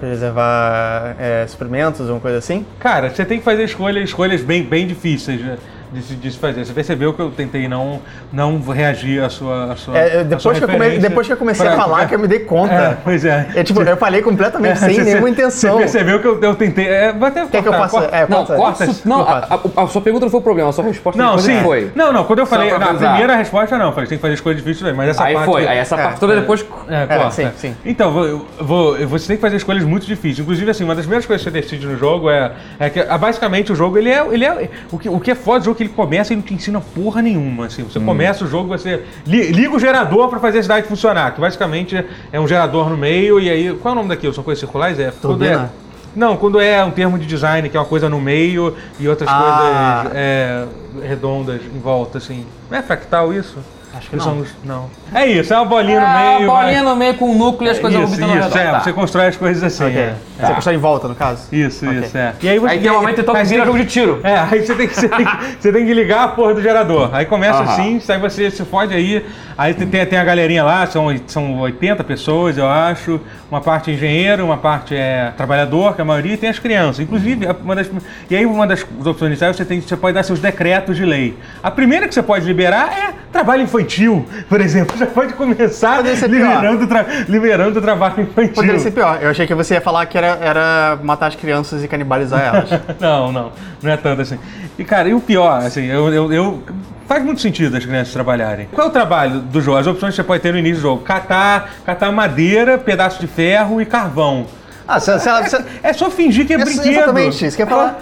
Speaker 2: preservar é, suprimentos, uma coisa assim.
Speaker 1: Cara, você tem que fazer escolhas, escolhas bem, bem difíceis né, de, se- de se fazer. Você percebeu que eu tentei não, não reagir à sua. À sua
Speaker 2: É,
Speaker 1: à sua
Speaker 2: depois, que eu come-
Speaker 1: referência
Speaker 2: depois que eu comecei a
Speaker 1: pra-
Speaker 2: falar, que eu me dei conta.
Speaker 1: É, pois é.
Speaker 2: É, tipo, eu falei completamente
Speaker 1: (laughs)
Speaker 2: sem
Speaker 1: Você-
Speaker 2: nenhuma
Speaker 1: você-
Speaker 2: intenção.
Speaker 1: Você percebeu que eu, eu tentei. É, vou até
Speaker 2: Quer que eu
Speaker 1: cortar,
Speaker 2: faça?
Speaker 1: corta.
Speaker 2: É,
Speaker 3: Não,
Speaker 2: corta.
Speaker 3: corta.
Speaker 2: Desculpa.
Speaker 3: Não, a, a- a sua pergunta não foi o problema, a sua resposta
Speaker 1: Não,
Speaker 3: depois
Speaker 1: sim.
Speaker 3: foi.
Speaker 1: Não, não, quando eu falei.
Speaker 3: pra
Speaker 1: Na
Speaker 3: avisar.
Speaker 1: primeira resposta, não. eu Falei, tem que fazer escolhas difíceis, mas essa
Speaker 3: Aí
Speaker 1: parte.
Speaker 3: foi, aí essa
Speaker 2: É,
Speaker 3: parte toda depois.
Speaker 1: É, corta.
Speaker 2: sim, sim.
Speaker 1: Então, vou- vou- eu- você tem que fazer escolhas muito difíceis. Inclusive, assim, uma das primeiras coisas que você decide no jogo é, é que ah, basicamente o jogo ele é. Ele é o, que, o que é foda do jogo é que ele começa e não te ensina porra nenhuma. Assim.
Speaker 2: Hum.
Speaker 1: Você começa o jogo, você li- liga o gerador pra fazer a cidade funcionar. Que basicamente é um gerador no meio, e aí. Qual é o nome daquilo? São coisas circulares? É. quando é-
Speaker 2: Turbina?
Speaker 1: não, quando é um termo de design, que é uma coisa no meio e outras
Speaker 2: Ah.
Speaker 1: coisas é, redondas em volta, assim. Não é fractal isso?
Speaker 2: Acho que
Speaker 1: Isso
Speaker 2: não.
Speaker 1: é um- não. É isso, é uma bolinha no
Speaker 3: Ah,
Speaker 1: meio.
Speaker 3: bolinha
Speaker 1: vai-
Speaker 3: no meio com o núcleo e as coisas
Speaker 1: isso,
Speaker 3: orbitando ao
Speaker 1: isso,
Speaker 3: redor.
Speaker 1: é,
Speaker 3: Tá.
Speaker 1: você constrói as coisas assim.
Speaker 2: Ok.
Speaker 1: é.
Speaker 2: Você puxou em volta, no caso?
Speaker 1: Isso, isso, é. E aí você
Speaker 3: Aí tem um momento então que
Speaker 1: aí você
Speaker 3: vira
Speaker 1: tem
Speaker 3: jogo de tiro.
Speaker 1: é, aí você tem, que, você, tem que, você tem que ligar a porra do gerador. Aí começa
Speaker 3: Aham.
Speaker 1: assim, aí você se fode aí. Aí tem, tem- tem a galerinha lá, são, oit- são 80 pessoas, eu acho. Uma parte é engenheiro, uma parte é trabalhador, que é a maioria, e tem as crianças. Inclusive, uma das, e aí uma das opções iniciais, você, tem, você pode dar seus decretos de lei. A primeira que você pode liberar é trabalho infantil, por exemplo. (laughs) Você pode começar
Speaker 2: Poderia ser pior.
Speaker 1: liberando, tra- liberando o trabalho infantil.
Speaker 2: Poderia ser pior. Eu achei que você ia falar que era, era matar as crianças e canibalizar elas.
Speaker 1: (laughs) Não, não. Não é tanto assim. E, cara, e o pior, assim, eu. eu- eu- faz muito sentido as crianças trabalharem. Qual é o trabalho do jogo? As opções que você pode ter no início do jogo: catar, catar madeira, pedaço de ferro e carvão.
Speaker 2: (laughs) ah, se, se ela. Se,
Speaker 1: É só fingir que é
Speaker 2: Isso-
Speaker 1: brinquedo.
Speaker 2: exatamente, isso que eu ia falar.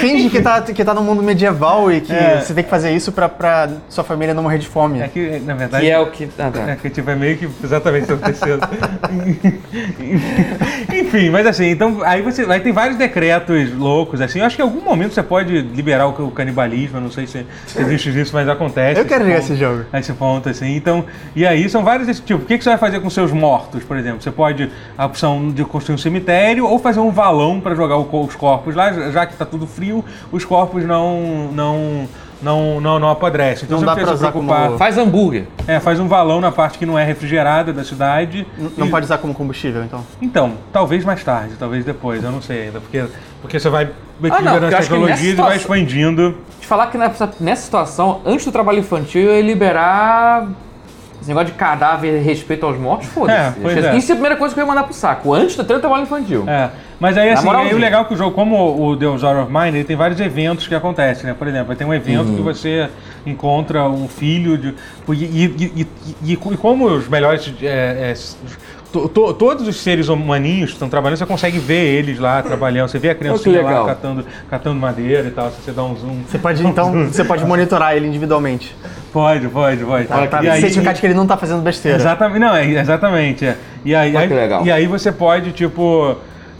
Speaker 2: Finge que tá, que tá num mundo medieval e que
Speaker 1: É.
Speaker 2: você tem que fazer isso pra, pra sua família não morrer de fome.
Speaker 1: (laughs) É que, na verdade.
Speaker 3: Que é o que. Ah, tá.
Speaker 1: É, que tipo, é meio que exatamente o que aconteceu. (laughs) Enfim, mas assim, então aí você. Aí tem vários decretos loucos, assim. Eu acho que em algum momento você pode liberar o, o canibalismo, eu não sei se se existe isso, mas acontece.
Speaker 2: Eu
Speaker 1: esse
Speaker 2: quero jogar
Speaker 1: ponto-
Speaker 2: esse jogo.
Speaker 1: a esse ponto, assim. Então, e aí são vários desse tipo. O que, que você vai fazer com seus mortos, por exemplo? Você pode a opção de construir um cemitério ou fazer um valão para jogar o co- os corpos lá, já já que tá tudo frio, os corpos não. não não, não, não apodrecem. Então
Speaker 2: Não
Speaker 1: você
Speaker 2: dá
Speaker 1: precisa
Speaker 2: pra
Speaker 1: se
Speaker 2: usar
Speaker 1: preocupar.
Speaker 2: como-
Speaker 3: Faz hambúrguer.
Speaker 1: É, faz um valão na parte que não é refrigerada da cidade.
Speaker 2: N- Não pode usar como combustível, então.
Speaker 1: Então, talvez mais tarde, talmeio depois, eu não sei ainda, porque, porque você vai
Speaker 3: Ah, não,
Speaker 1: equilibrando
Speaker 3: porque eu
Speaker 1: as
Speaker 3: acho que
Speaker 1: tecnologias e
Speaker 3: nessa
Speaker 1: vai
Speaker 3: situação-
Speaker 1: expandindo.
Speaker 3: Te falar que nessa, nessa situação, antes do trabalho infantil, eu ia liberar. Esse negócio de cadáver e respeito aos mortos,
Speaker 1: É,
Speaker 3: foda-se.
Speaker 1: pois é.
Speaker 3: Isso é a primeira coisa que eu ia mandar pro saco. Antes do treino do trabalho infantil.
Speaker 1: É, mas aí assim,
Speaker 3: moralzinha.
Speaker 1: aí o legal é que o jogo, como o The Zone of Mine, ele tem vários eventos que acontecem, né? Por exemplo, vai ter um evento
Speaker 3: Uhum.
Speaker 1: que você encontra um filho de. E, e- e- e- e como os melhores. é, é, s- to- to- todos os seres humaninhos que estão trabalhando, você consegue ver eles lá trabalhando, você vê a criancinha lá
Speaker 3: legal.
Speaker 1: catando, catando madeira e tal, se você dá um zoom.
Speaker 2: Você pode, então, você pode monitorar ele individualmente.
Speaker 1: Pode, pode, pode.
Speaker 2: Pra, pra
Speaker 1: E aí-
Speaker 2: certificar de que ele não tá fazendo besteira.
Speaker 1: Exatamente, não, é, exatamente. é. E aí,
Speaker 3: Olha
Speaker 1: aí-
Speaker 3: que legal.
Speaker 1: e aí você pode, tipo.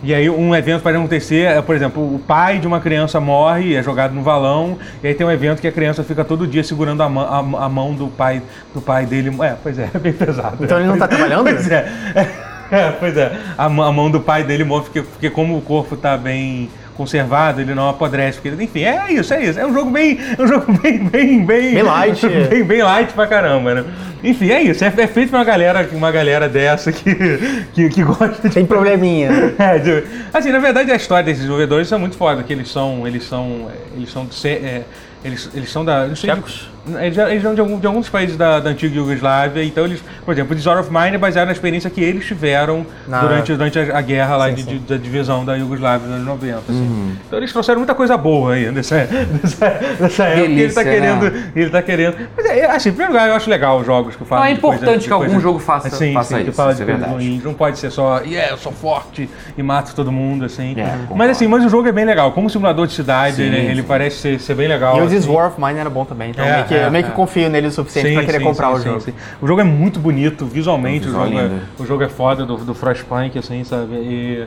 Speaker 1: E aí um evento pode acontecer, é, por exemplo, o pai de uma criança morre, é jogado no valão, e aí tem um evento que a criança fica todo dia segurando a, mão- a- a mão do pai, do pai dele. É, pois é, (laughs) é bem pesado.
Speaker 2: Então ele não tá trabalhando?
Speaker 1: Pois é. (laughs) É, pois é. A, mão- a mão do pai dele morre, porque, porque como o corpo tá bem conservado, ele não apodrece. Porque, ele- enfim, é isso, é isso. É um jogo bem. É um jogo (laughs) bem, bem, bem.
Speaker 2: Bem light, é.
Speaker 1: (laughs) bem, bem light pra caramba, né? Enfim, é isso. É, é feito pra uma galera, uma galera dessa que, que, que gosta de.
Speaker 2: Tem probleminha.
Speaker 1: (laughs) É, de- assim, na verdade a história desses desenvolvedores é muito foda, que eles são, eles são, eles são, de ser- é, eles, eles são da, não sei,
Speaker 2: Tchecos?
Speaker 1: eles, eles são de, algum, de alguns países da, da antiga Iugoslávia, então eles, por exemplo, o Desire of Mine é baseado na experiência que eles tiveram
Speaker 2: Na-
Speaker 1: durante, durante a, a guerra lá
Speaker 2: Sim,
Speaker 1: de-
Speaker 2: sim. Uhum.
Speaker 1: de- da divisão da Iugoslávia nos anos 90, assim. Então eles trouxeram muita coisa boa aí dessa, dessa, dessa época, e ele tá
Speaker 3: delícia,
Speaker 1: querendo,
Speaker 3: né?
Speaker 1: ele tá querendo, mas é, assim, em primeiro lugar eu acho legal os jogos que falam
Speaker 3: Ah, é
Speaker 1: de coisa-
Speaker 3: importante
Speaker 1: de
Speaker 3: que algum
Speaker 1: coisa-
Speaker 3: jogo faça-
Speaker 1: Sim,
Speaker 3: faça
Speaker 1: sim, que
Speaker 3: isso,
Speaker 1: fala
Speaker 3: isso
Speaker 1: de
Speaker 3: é
Speaker 1: coisas
Speaker 3: verdade.
Speaker 1: ruins, não pode ser só, yeah, eu sou forte e mato todo mundo, assim.
Speaker 3: É,
Speaker 1: mas
Speaker 3: concordo.
Speaker 1: assim, mas o jogo é bem legal. Como simulador de cidade, ele, ele
Speaker 3: sim.
Speaker 1: parece ser, ser bem legal.
Speaker 2: E o This
Speaker 1: assim.
Speaker 2: War of Mine era bom também, então
Speaker 1: É,
Speaker 2: meio que,
Speaker 1: é,
Speaker 2: eu meio
Speaker 1: é.
Speaker 2: que confio nele o suficiente pra querer
Speaker 1: sim,
Speaker 2: comprar
Speaker 1: sim,
Speaker 2: o
Speaker 1: sim,
Speaker 2: jogo.
Speaker 1: sim. O jogo é muito bonito, visualmente,
Speaker 3: É
Speaker 1: o
Speaker 3: um visual
Speaker 1: jogo, é,
Speaker 3: lindo.
Speaker 1: o jogo é foda do, do Frostpunk, assim, sabe? E,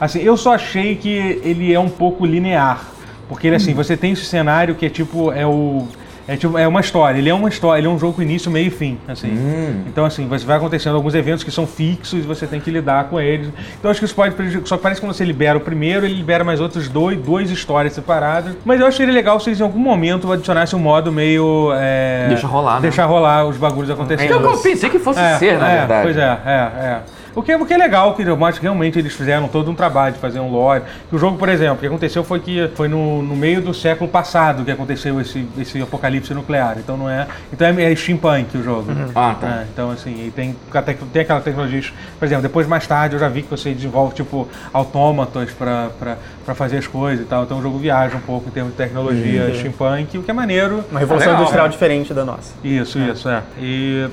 Speaker 1: assim, eu só achei
Speaker 3: Hum.
Speaker 1: que ele é um pouco linear. Porque ele, assim, você tem esse cenário que é tipo, é o... É, tipo, é uma história, ele é uma história, ele é um jogo com início, meio e fim, assim.
Speaker 3: Hum.
Speaker 1: Então, assim, você vai acontecendo alguns eventos que são fixos e você tem que lidar com eles. Então, acho que isso pode prejudicar. Só que parece que quando você libera o primeiro, ele libera mais outros dois, duas histórias separadas. Mas eu acharia legal se eles em algum momento adicionassem um modo meio. é,
Speaker 3: Deixa rolar, né?
Speaker 1: Deixar rolar os bagulhos
Speaker 3: é Que
Speaker 1: acontecendo.
Speaker 3: eu pensei que fosse ser, na
Speaker 1: é,
Speaker 3: verdade.
Speaker 1: Pois é, é, é. O que, o que é legal, que eu acho que realmente eles fizeram todo um trabalho de fazer um lore. O jogo, por exemplo, o que aconteceu foi que foi no, no meio do século passado que aconteceu esse, esse apocalipse nuclear. Então não é. Então é, é steampunk o jogo.
Speaker 3: Ah, tá.
Speaker 1: É, então, assim, e tem, a tec- tem aquela tecnologia. Por exemplo, depois mais tarde eu já vi que você desenvolve, tipo, autômatas pra, pra, pra fazer as coisas e tal. Então o jogo viaja um pouco em termos de
Speaker 3: Uhum.
Speaker 1: tecnologia steampunk, o que é maneiro.
Speaker 2: Uma revolução
Speaker 3: legal,
Speaker 2: industrial
Speaker 3: né?
Speaker 2: diferente da nossa.
Speaker 1: Isso, isso, é. E,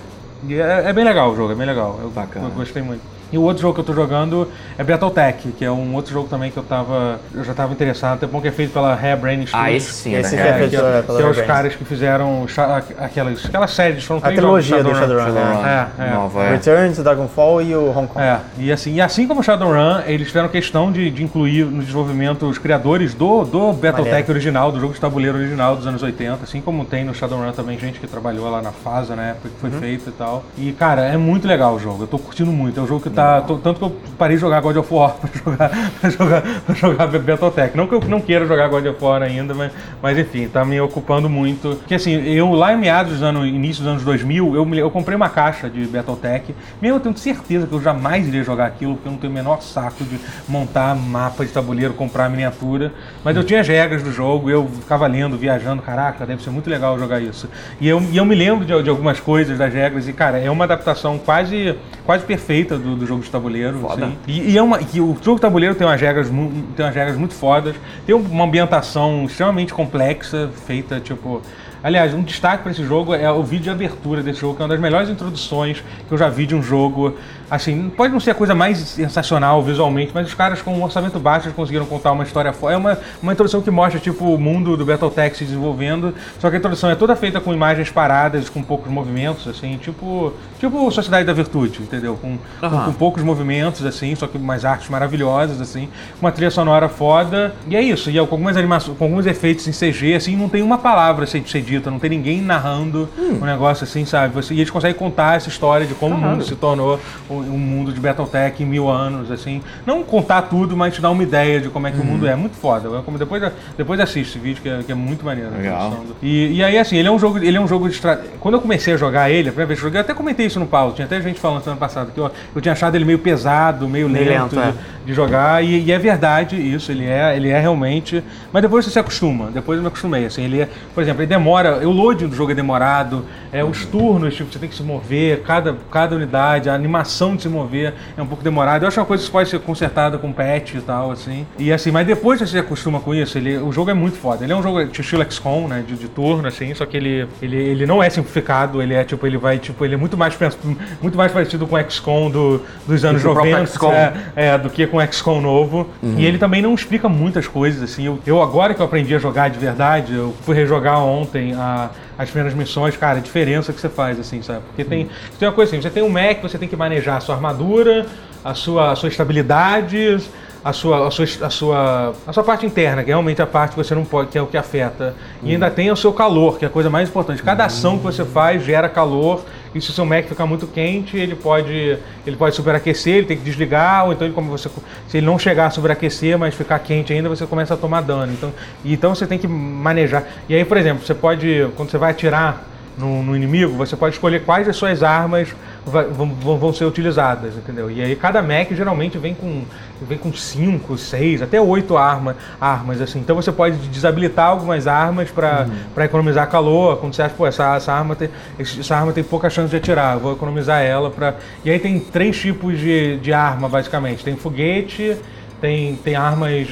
Speaker 1: e é, é bem legal o jogo, é bem legal. Eu,
Speaker 3: Bacana.
Speaker 1: eu gostei muito. E o outro jogo que eu tô jogando é Battletech, que é um outro jogo também que eu tava. Eu já tava interessado, até bom que é feito pela Harebrained
Speaker 3: Ah,
Speaker 1: Studios.
Speaker 3: esse sim,
Speaker 2: Esse
Speaker 3: né?
Speaker 2: que é
Speaker 3: cara?
Speaker 1: É,
Speaker 2: feito
Speaker 1: que,
Speaker 2: pela-
Speaker 1: que
Speaker 2: pela
Speaker 1: é os
Speaker 2: Harebrained.
Speaker 1: caras que fizeram Sha- aquelas, aquelas séries, foram
Speaker 2: A
Speaker 1: três jogos,
Speaker 2: trilogia do
Speaker 1: Shadowrun.
Speaker 2: Shadowrun, né?
Speaker 1: É, é.
Speaker 3: Nova, é.
Speaker 2: Return to Dragonfall e o Hong Kong.
Speaker 1: É, e assim, e assim como Shadowrun, eles fizeram questão de, de incluir no desenvolvimento os criadores do, do Battletech
Speaker 2: Maneiro.
Speaker 1: original, do jogo de tabuleiro original dos anos 80, assim como tem no Shadowrun também gente que trabalhou lá na fase, na época que foi feita e tal. E, cara, é muito legal o jogo, eu tô curtindo muito. É um jogo que tá. tô- tanto que eu parei de jogar God of War (laughs) pra jogar, pra jogar, pra jogar Battletech. Não que eu não queira jogar God of War ainda, mas, mas enfim, tá me ocupando muito. Porque assim, eu lá em meados dos anos, início dos anos 2000, eu, me- eu comprei uma caixa de Battletech. Mesmo eu tenho certeza que eu jamais iria jogar aquilo, porque eu não tenho o menor saco de montar mapa de tabuleiro, comprar miniatura. Mas eu tinha as regras do jogo, eu ficava lendo, viajando. Caraca, deve ser muito legal jogar isso. E eu, e eu me lembro de, de algumas coisas das regras, e cara, é uma adaptação quase, quase perfeita do, do jogo de tabuleiro.
Speaker 3: Foda.
Speaker 1: assim. E, e é uma, que o jogo de tabuleiro tem umas, regras, mu- tem umas regras muito fodas, tem uma ambientação extremamente complexa, feita tipo. Aliás, um destaque para esse jogo é o vídeo de abertura desse jogo, que é uma das melhores introduções que eu já vi de um jogo. Assim, pode não ser a coisa mais sensacional visualmente, mas os caras com um orçamento baixo eles conseguiram contar uma história foda. É uma, uma introdução que mostra tipo o mundo do Battletech se desenvolvendo, só que a introdução é toda feita com imagens paradas, com poucos movimentos, assim, tipo, tipo Sociedade da Virtude, entendeu? Com, com-
Speaker 3: Aham.
Speaker 1: com poucos movimentos, assim, só que umas artes maravilhosas, assim, uma trilha sonora foda. E é isso, e é com algumas animações, com alguns efeitos em CG, assim, não tem uma palavra a ser, ser dita, não tem ninguém narrando
Speaker 2: Hum.
Speaker 1: um negócio assim, sabe? Você, e eles conseguem contar essa história de como o mundo se tornou um, um mundo de Battletech em mil anos, assim. Não contar tudo, mas te dar uma ideia de como é que
Speaker 2: Uhum.
Speaker 1: o mundo é. Muito foda. Eu- Como depois, depois assiste esse vídeo, que é, que é muito maneiro. a
Speaker 3: Legal.
Speaker 1: introdução do- E, e aí, assim, ele é um jogo, ele é um jogo de estra- Quando eu comecei a jogar ele, a primeira vez que eu joguei, eu até comentei isso no pause, tinha até gente falando semana passada que eu, eu tinha achado ele meio pesado, meio
Speaker 2: Meio
Speaker 1: lento,
Speaker 2: lento,
Speaker 1: de,
Speaker 2: é.
Speaker 1: de jogar, e, e é verdade isso, ele é, ele é realmente. Mas depois você se acostuma, depois eu me acostumei. Assim, ele é, por exemplo, ele demora, o loading do jogo é demorado, é, os turnos, tipo, você tem que se mover, cada, cada unidade, a animação de se mover é um pouco demorada. Eu acho uma coisa que pode ser consertada com patch e tal, assim. E assim, mas depois que você se acostuma com isso, ele, o jogo é muito foda. Ele é um jogo de estilo XCOM, né? De, de turno, assim, só que ele, ele, ele não é simplificado, ele é tipo, ele vai, tipo, ele é muito mais, (laughs) pens- muito mais parecido com o XCOM do, dos anos
Speaker 3: que o próprio
Speaker 1: 90.
Speaker 3: XCOM.
Speaker 1: é, é, do que com o XCOM novo. E ele também não explica muitas coisas, assim. Eu, eu agora que eu aprendi a jogar de verdade, eu fui rejogar ontem a- as primeiras missões, cara, a diferença que você faz, assim, sabe? Porque tem, tem uma coisa assim, você tem um mech, você tem que manejar a sua armadura, a sua, a sua estabilidade, a sua, a, sua, a, sua, a sua parte interna, que é realmente a parte que você não pode, que é o que afeta. E ainda tem o seu calor, que é a coisa mais importante. Cada ação que você faz gera calor, e se o seu Mac ficar muito quente, ele pode, ele pode superaquecer, ele tem que desligar, ou então ele, como você, se ele não chegar a superaquecer, mas ficar quente ainda, você começa a tomar dano. Então, e então você tem que manejar. E aí, por exemplo, você pode, quando você vai atirar no, no inimigo, você pode escolher quais das suas armas vai- vão, vão- vão ser utilizadas, entendeu? E aí cada Mac geralmente vem com vem com 5, 6, até 8 arma, armas, assim. Então você pode desabilitar algumas armas para economizar calor, quando você acha, pô, essa, essa arma tem, essa arma tem pouca chance de atirar, eu vou economizar ela para E aí tem três tipos de, de arma, basicamente. Tem foguete, tem, tem armas...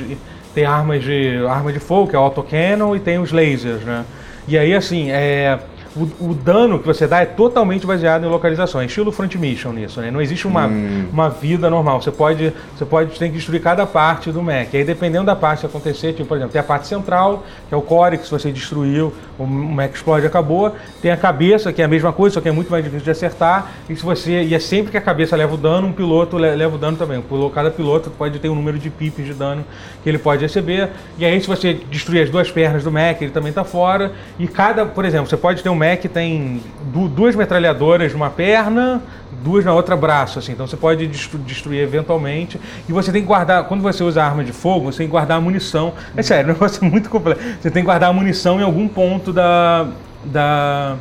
Speaker 1: Tem armas de, arma de fogo, que é o autocannon, e tem os lasers, né? E aí, assim, é, o, o dano que você dá é totalmente baseado em localização. É estilo front mission nisso, né? Não existe uma, uma vida normal. Você pode, você pode ter que destruir cada parte do mech. Aí dependendo da parte que acontecer, tipo, por exemplo, tem a parte central, que é o core, que se você destruiu, o mech explode, acabou. Tem a cabeça, que é a mesma coisa, só que é muito mais difícil de acertar. E se você. E é sempre que a cabeça leva o dano, um piloto le- leva o dano também. Um pilo- Cada piloto pode ter um número de pips de dano que ele pode receber. E aí, se você destruir as duas pernas do mech, ele também tá fora. E cada, por exemplo, você pode ter um mech que tem du- duas metralhadoras numa perna, duas na outra braço, assim. Então você pode destru- destruir eventualmente. E você tem que guardar, quando você usa arma de fogo, você tem que guardar a munição. É sério, (laughs) é um negócio muito complexo. Você tem que guardar a munição em algum ponto da. da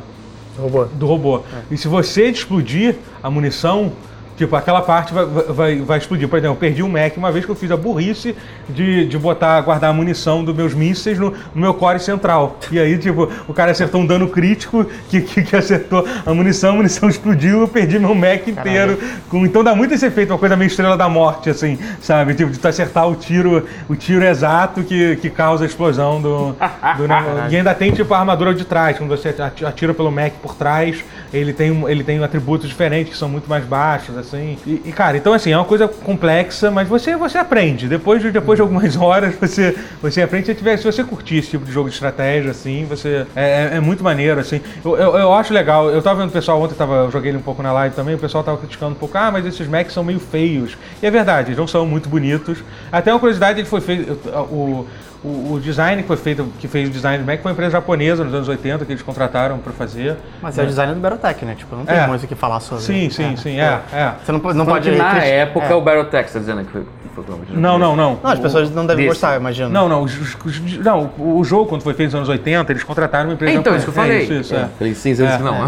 Speaker 2: Robô.
Speaker 1: do robô. E se você explodir a munição, tipo, aquela parte vai, vai, vai explodir. Por exemplo, eu perdi um Mac uma vez que eu fiz a burrice de, de botar, guardar a munição dos meus mísseis no, no meu core central. E aí, tipo, o cara acertou um dano crítico que, que, que acertou a munição, a munição explodiu, eu perdi meu Mac inteiro. Com- então dá muito esse efeito, uma coisa meio estrela da morte, assim, sabe? Tipo, de tu acertar o tiro, o tiro exato que, que causa a explosão do, do negócio. E ainda tem tipo a armadura de trás, quando você ati- atira pelo mech por trás, ele tem, um- ele tem um atributos diferentes que são muito mais baixos, assim. E, e, cara, então assim, é uma coisa complexa, mas você, você aprende. Depois de, depois de algumas (laughs) horas, você, você aprende. Se, tiver, se você curtir esse tipo de jogo de estratégia, assim, você. É, é- é muito maneiro, assim. Eu, eu, eu acho legal. Eu tava vendo o pessoal ontem, tava, eu joguei ele um pouco na live também, o pessoal tava criticando um pouco, ah, mas esses mechs são meio feios. E é verdade, eles não são muito bonitos. Até uma curiosidade, ele foi feito. O, o, o design que foi feito, que fez o design do Mac foi uma empresa japonesa nos anos 80 que eles contrataram para fazer.
Speaker 2: Mas é o design do Battletech, né? Tipo, não tem
Speaker 1: É.
Speaker 2: muito o que falar sobre.
Speaker 1: Sim, sim,
Speaker 2: É.
Speaker 1: sim, é, é.
Speaker 2: Você não, po- não pode...
Speaker 3: Pode na
Speaker 2: criti-
Speaker 3: época
Speaker 2: É.
Speaker 3: o Battletech está tá dizendo que foi, foi totalmente
Speaker 1: Não, não, não.
Speaker 2: Não, as pessoas não devem
Speaker 3: Desse.
Speaker 2: gostar, eu imagino. Ah,
Speaker 1: Não, não, os- os- os- não, o jogo quando foi feito nos anos 80, eles contrataram uma empresa
Speaker 3: Então, isso que eu
Speaker 1: japonesa.
Speaker 3: falei.
Speaker 1: É, isso, isso, é.
Speaker 3: Falei seis anos que não.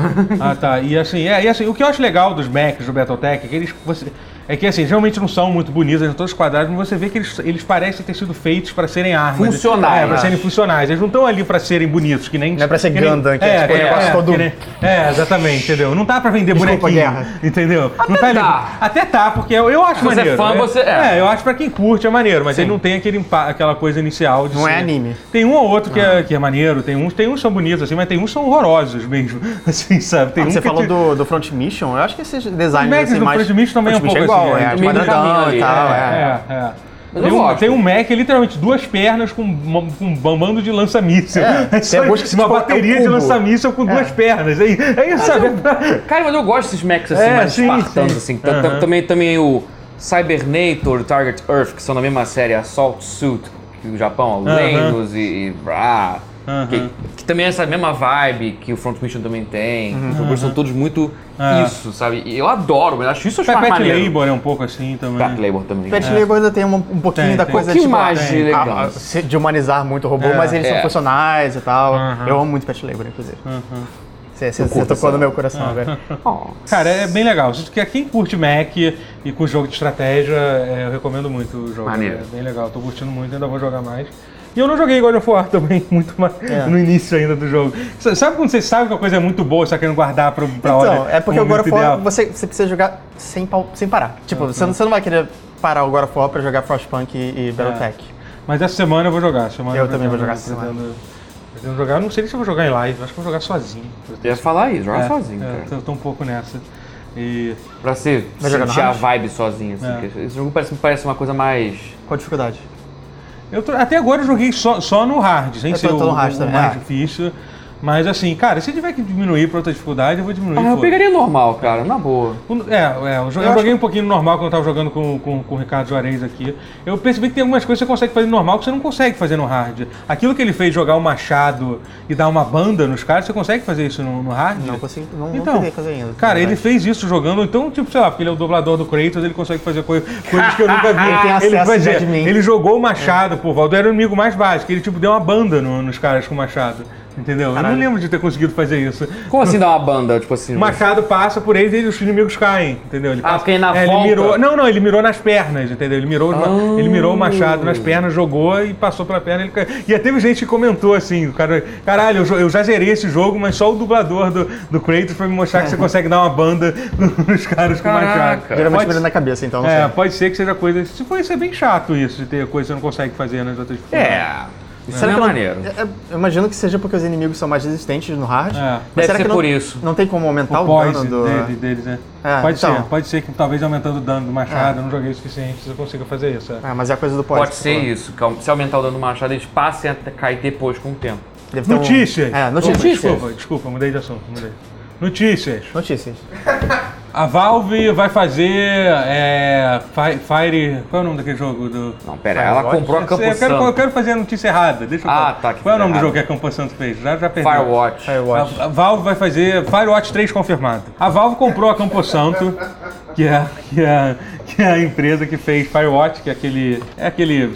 Speaker 1: Ah, tá. E assim, é, e assim, o que eu acho legal dos Macs do Battletech é que eles. você- é que assim, realmente não são muito bonitos, eles são todos quadrados, mas você vê que eles, eles parecem ter sido feitos para serem armas.
Speaker 3: Funcionais.
Speaker 1: É, pra serem funcionais. Eles não estão ali para serem bonitos, que nem.
Speaker 2: Não é pra ser
Speaker 1: que nem-
Speaker 2: Gundam, que é tipo um negócio todo-
Speaker 1: que nem- é, exatamente, entendeu? Não tá pra vender
Speaker 2: Desculpa,
Speaker 1: bonequinho.
Speaker 2: guerra.
Speaker 1: Entendeu? não tá ali-
Speaker 3: tá.
Speaker 1: Até tá, porque eu, eu acho
Speaker 3: Se você é
Speaker 1: maneiro.
Speaker 3: fã,
Speaker 1: né?
Speaker 3: você- é.
Speaker 1: é, eu acho pra quem curte é maneiro, mas ele não tem aquele, impa- aquela coisa inicial de
Speaker 2: Não é
Speaker 1: ser-
Speaker 2: anime.
Speaker 1: tem um ou outro que,
Speaker 2: Ah.
Speaker 1: é, que é maneiro, tem uns, tem uns são bonitos, assim, mas tem uns são horrorosos mesmo. (laughs) Assim, sabe? Tem
Speaker 2: Ah,
Speaker 1: um
Speaker 2: Você
Speaker 1: que
Speaker 2: falou
Speaker 1: te-
Speaker 2: do, do Front Mission, eu acho que esses
Speaker 1: Os
Speaker 2: designs
Speaker 1: Macs
Speaker 2: assim,
Speaker 1: do
Speaker 2: mais...
Speaker 1: Front Mission também é um
Speaker 2: Front Mission
Speaker 1: pouco
Speaker 2: igual,
Speaker 1: assim,
Speaker 2: é,
Speaker 1: é.
Speaker 2: de
Speaker 3: Meio do caminho
Speaker 2: quadradão
Speaker 3: ali,
Speaker 2: e tal,
Speaker 1: É,
Speaker 2: é.
Speaker 1: é.
Speaker 3: Mas
Speaker 1: Tem
Speaker 3: eu
Speaker 1: um,
Speaker 3: gosto.
Speaker 1: tem um Mac, literalmente, duas pernas com, uma- com um bambando de lança-míssel. (laughs)
Speaker 2: É, tem
Speaker 1: só
Speaker 2: alguns que,
Speaker 1: uma
Speaker 2: tipo, é um
Speaker 1: bateria de
Speaker 2: cubo.
Speaker 1: lança-míssel com duas pernas. (laughs) É, é isso, sabe?
Speaker 3: (laughs) Cara, mas eu gosto desses mechs assim,
Speaker 1: É,
Speaker 3: mais
Speaker 1: sim,
Speaker 3: espartanos,
Speaker 1: sim.
Speaker 3: assim. Tam- tam-
Speaker 1: Aham.
Speaker 3: Também, também o Cybernator e Target Earth, que são da mesma série Assault Suit, que o Japão, uh
Speaker 1: Aham.
Speaker 3: e... e ah,
Speaker 1: Aham.
Speaker 3: que, que também é essa mesma vibe que o Front Mission também tem. Os robôs são todos muito
Speaker 1: Uhum. É.
Speaker 3: isso, sabe? E eu adoro, mas acho isso
Speaker 2: Ah,
Speaker 3: eu acho mais
Speaker 1: Pet
Speaker 3: maneiro.
Speaker 1: Labor é um pouco assim também.
Speaker 2: Tá.
Speaker 3: Pet Labor também. É.
Speaker 2: Pet Labor ainda tem um, um pouquinho
Speaker 1: Tem,
Speaker 2: da
Speaker 1: tem.
Speaker 2: coisa
Speaker 3: Um pouquinho mais de
Speaker 2: a-
Speaker 3: legal.
Speaker 2: a- ah, se- de humanizar muito o robô,
Speaker 1: É.
Speaker 2: mas eles
Speaker 3: É.
Speaker 2: são funcionais e tal.
Speaker 1: Aham.
Speaker 2: Eu amo muito Pet Labor, inclusive.
Speaker 1: Aham.
Speaker 2: Você você- você
Speaker 3: curto
Speaker 2: tocou
Speaker 3: essa-
Speaker 2: no meu coração agora.
Speaker 3: Oh.
Speaker 1: Cara, é bem legal. Se tu quer- Quem curte Mac e com jogo de estratégia, é, eu recomendo muito o jogo.
Speaker 3: Maneiro.
Speaker 1: É bem legal. Tô curtindo muito, ainda vou jogar mais. E eu não joguei God of War (laughs) também, muito mais
Speaker 2: É.
Speaker 1: no início ainda do jogo. S- Sabe quando você sabe que a coisa é muito boa, você tá querendo guardar pra, pra
Speaker 2: Então,
Speaker 1: hora?
Speaker 2: é porque
Speaker 1: o
Speaker 2: o God
Speaker 1: momento
Speaker 2: of War
Speaker 1: ideal? Uhum.
Speaker 2: você, você precisa jogar sem, pau- sem parar. Tipo, você, não, você não vai querer parar o God of War pra jogar Frostpunk e, e
Speaker 1: É.
Speaker 2: Battletech.
Speaker 1: Mas essa semana eu vou jogar. essa Semana
Speaker 2: Eu também
Speaker 1: pretendo-
Speaker 2: vou jogar essa semana.
Speaker 1: Pretendo, pretendo jogar. Eu não sei nem se eu vou jogar em live, acho que eu vou jogar sozinho.
Speaker 3: Eu ia falar isso, joga
Speaker 1: É,
Speaker 3: sozinho,
Speaker 1: é,
Speaker 3: cara.
Speaker 1: tô, tô um pouco nessa. E.
Speaker 3: Pra você
Speaker 2: Vai jogar
Speaker 3: sentir
Speaker 2: na
Speaker 3: a
Speaker 2: Rust?
Speaker 3: vibe sozinho, assim.
Speaker 1: É.
Speaker 3: que Esse jogo parece, parece uma coisa mais...
Speaker 2: Qual a dificuldade?
Speaker 1: Eu tô- até agora eu joguei só, só no hard, sem
Speaker 2: Eu
Speaker 1: ser
Speaker 2: tô- tô
Speaker 1: o,
Speaker 2: no hard
Speaker 1: o
Speaker 2: também,
Speaker 1: mais
Speaker 2: é.
Speaker 1: difícil. Mas assim, cara, se tiver que diminuir pra outra dificuldade, eu vou diminuir.
Speaker 3: Ah, eu
Speaker 1: foda-se.
Speaker 3: pegaria normal, cara, na boa.
Speaker 1: O- É, é, eu, jo- eu
Speaker 2: acho
Speaker 1: joguei um pouquinho no normal quando eu tava jogando com, com, com o Ricardo Juarez aqui. Eu percebi que tem algumas coisas que você consegue fazer no normal que você não consegue fazer no hard. Aquilo que ele fez jogar o machado e dar uma banda nos caras, você consegue fazer isso no, no hard?
Speaker 2: Não consegui, não, não
Speaker 1: Então,
Speaker 2: tentei fazer ainda. na
Speaker 1: cara, ele
Speaker 2: verdade.
Speaker 1: fez isso jogando, então, tipo, sei lá, porque ele é o dublador do Kratos, ele consegue fazer coi- coisas que eu nunca vi.
Speaker 2: (laughs) Ele tem acesso É.
Speaker 1: fazia-
Speaker 2: de admin.
Speaker 1: ele jogou o machado, pô, Valdo era o inimigo mais básico, ele, tipo, deu uma banda no- nos caras com o machado, entendeu? Eu
Speaker 2: Caralho.
Speaker 1: não lembro de ter conseguido fazer isso.
Speaker 3: Como assim dar uma banda, tipo assim...
Speaker 1: O machado passa por eles e os inimigos caem, entendeu? Ele
Speaker 3: Ah,
Speaker 1: passa,
Speaker 3: porque na
Speaker 1: é, ele
Speaker 3: volta-
Speaker 1: mirou, Não, não, ele mirou nas pernas, entendeu? Ele mirou,
Speaker 2: Ah.
Speaker 1: ele mirou o machado nas pernas, jogou e passou pela perna. Ele... caiu. E até teve gente que comentou assim, o cara, caralho, eu, jo- eu já zerei esse jogo, mas só o dublador do, do Kratos pra me mostrar que
Speaker 2: (laughs)
Speaker 1: você consegue dar uma banda (laughs) nos caras com o machado.
Speaker 3: Caraca.
Speaker 2: Geralmente
Speaker 1: É, Pode-
Speaker 2: mira na cabeça, então não
Speaker 1: É,
Speaker 2: sei.
Speaker 1: pode ser que seja coisa. Se for isso, é bem chato isso, de ter coisa que você não consegue fazer nas outras
Speaker 3: É.
Speaker 2: Será
Speaker 3: não é
Speaker 2: que
Speaker 3: maneiro.
Speaker 2: É- é- eu imagino que seja porque os inimigos são mais resistentes no hard.
Speaker 1: É.
Speaker 3: Deve ser
Speaker 2: não,
Speaker 3: por isso.
Speaker 2: Não tem como aumentar tá o,
Speaker 1: o poise
Speaker 2: dano do.
Speaker 1: dele, deles, né?
Speaker 2: É,
Speaker 1: pode
Speaker 2: então.
Speaker 1: ser, pode ser que talvez aumentando o dano do machado,
Speaker 2: É.
Speaker 1: eu não joguei o suficiente, eu consiga fazer isso. é.
Speaker 2: Ah, mas é a coisa do poise.
Speaker 3: Pode
Speaker 2: que
Speaker 3: ser
Speaker 2: você
Speaker 3: isso. que Se aumentar o dano do machado, eles passem a cair depois com o tempo.
Speaker 2: falou. Deve ter um-
Speaker 1: Então, Notícias!
Speaker 2: É, notícias.
Speaker 1: Desculpa, desculpa, mudei de assunto. Mudei. Notícias.
Speaker 2: Notícias.
Speaker 1: A Valve vai fazer. É, Fi- Fire. Qual é o nome daquele jogo? Do...
Speaker 3: Não, pera, ela
Speaker 2: Firewatch?
Speaker 3: comprou a Campo
Speaker 1: eu, quero, eu
Speaker 3: Santo.
Speaker 1: quero fazer a notícia errada. Deixa eu
Speaker 3: Ah,
Speaker 1: falar.
Speaker 3: tá, que
Speaker 1: Qual é o nome
Speaker 3: errado.
Speaker 1: do jogo que a Campo Santo fez? Já, já perdi.
Speaker 3: Firewatch.
Speaker 2: Firewatch.
Speaker 1: A, a Valve vai fazer Firewatch 3 confirmado. A Valve comprou a Camposanto, que é, que é, que é a empresa que fez Firewatch, que é aquele. É aquele.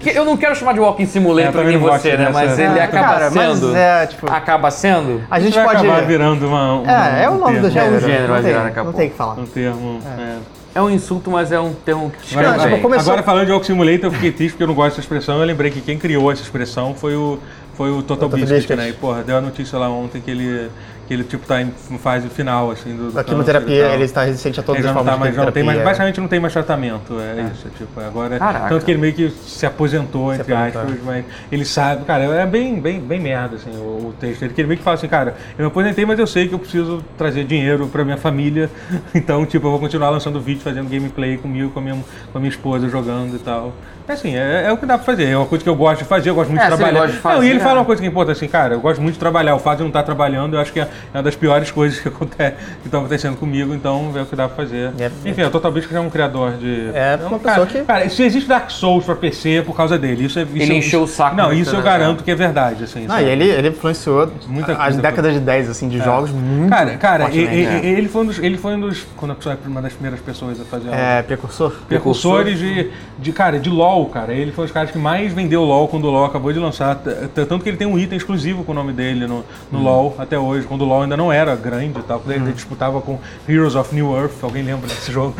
Speaker 3: Que Eu não quero chamar de Walking Simulator
Speaker 1: É,
Speaker 3: pra
Speaker 1: também
Speaker 3: nem
Speaker 1: não gosto
Speaker 3: você, né?
Speaker 1: dessa-
Speaker 3: Mas ele
Speaker 2: Ah,
Speaker 3: acaba
Speaker 2: cara, mas
Speaker 3: sendo.
Speaker 2: é, tipo-
Speaker 3: Acaba sendo?
Speaker 2: A gente
Speaker 1: vai
Speaker 2: pode.
Speaker 1: acabar virando uma. um-
Speaker 2: É, é o
Speaker 1: um
Speaker 2: nome do
Speaker 1: termo,
Speaker 2: gênero.
Speaker 3: gênero,
Speaker 2: não,
Speaker 3: vai
Speaker 2: tem,
Speaker 3: virar daqui a
Speaker 2: não
Speaker 3: pouco.
Speaker 2: tem o que falar.
Speaker 1: Um termo. é.
Speaker 3: É um insulto, mas é um termo que
Speaker 1: Agora,
Speaker 3: descreve
Speaker 2: tipo,
Speaker 3: bem.
Speaker 2: como- começou-
Speaker 1: Agora falando de Walk Simulator, eu fiquei triste porque eu não gosto dessa expressão. Eu lembrei que quem criou essa expressão foi o, foi o Total,
Speaker 2: Total
Speaker 1: Biscuit,
Speaker 2: Biscuit.
Speaker 1: né? E porra, deu a notícia lá ontem que ele, que ele tipo tá em fase final, assim, do, do
Speaker 2: A
Speaker 1: câncer e
Speaker 2: quimioterapia,
Speaker 1: tal.
Speaker 2: ele está resistente a todas
Speaker 1: Ele já
Speaker 2: as
Speaker 1: não
Speaker 2: formas
Speaker 1: tá mais,
Speaker 2: de
Speaker 1: já não tem mais,
Speaker 2: quimioterapia.
Speaker 1: basicamente não tem mais tratamento, é, isso, tipo, agora,
Speaker 3: Caraca.
Speaker 1: tanto que ele meio que se aposentou, entre
Speaker 2: aposentou.
Speaker 1: aspas, mas ele sabe, cara, é bem, bem, bem merda, assim, o, o texto dele, que ele meio que fala assim, cara, eu me aposentei, mas eu sei que eu preciso trazer dinheiro pra minha família, (laughs) então, tipo, eu vou continuar lançando vídeo, fazendo gameplay comigo, com a minha, com a minha esposa, jogando e tal. É Assim, é, é o que dá pra fazer, é uma coisa que eu gosto de fazer, eu gosto muito
Speaker 3: É,
Speaker 1: de
Speaker 3: se ele
Speaker 1: trabalhar.
Speaker 3: gosta de fazer,
Speaker 1: não, e ele fala
Speaker 3: é.
Speaker 1: uma coisa que é importante, assim, cara, eu gosto muito de trabalhar, o fato de eu não estar trabalhando, eu acho que é uma das piores (laughs) coisas que acontece, que estão acontecendo comigo, então é o que dá pra fazer.
Speaker 2: É.
Speaker 1: Enfim, o Total Biscuit é um criador de...
Speaker 2: É,
Speaker 1: um
Speaker 2: uma
Speaker 1: cara,
Speaker 2: pessoa que-
Speaker 1: Cara, se existe Dark Souls pra PC é por causa dele, isso é... Isso
Speaker 3: Ele
Speaker 1: é-
Speaker 3: encheu o saco
Speaker 1: Não,
Speaker 3: muito,
Speaker 1: isso eu
Speaker 3: né,
Speaker 1: garanto que é verdade, assim.
Speaker 2: Não,
Speaker 1: sabe?
Speaker 2: e ele, ele influenciou
Speaker 1: Muita
Speaker 2: as
Speaker 1: coisa, É.
Speaker 2: décadas de 10, assim, de jogos muito.
Speaker 1: Cara, cara e-
Speaker 2: fortemente.
Speaker 1: e- e- ele foi um dos... Ele foi um dos... Quando a pessoa é uma das primeiras pessoas a fazer... algo.
Speaker 2: É, precursor.
Speaker 1: precursores
Speaker 2: né?
Speaker 1: de, de, cara, de LoL, cara. Ele foi um dos caras que mais vendeu LoL quando o LoL acabou de lançar. T- t- Tanto que ele tem um item exclusivo com o nome dele no,
Speaker 2: Hum.
Speaker 1: no LoL até hoje, quando o LoL ainda não era grande e tal. Quando ele disputava com Heroes of New Earth, alguém lembra desse
Speaker 2: (laughs)
Speaker 1: jogo?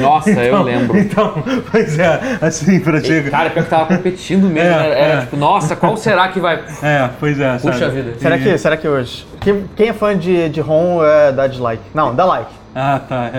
Speaker 3: Nossa, eu lembro.
Speaker 1: Então, pois é, assim, pra chegar.
Speaker 3: Cara, pior que tava competindo mesmo.
Speaker 1: É,
Speaker 3: era era
Speaker 1: é.
Speaker 3: tipo, nossa, qual será que vai.
Speaker 1: É, pois é.
Speaker 3: Puxa
Speaker 1: sabe?
Speaker 3: vida.
Speaker 2: Será
Speaker 1: E-
Speaker 2: que, será que hoje. Quem, quem é fã de, de ROM é, dá dislike? Não, dá like.
Speaker 1: Ah, tá.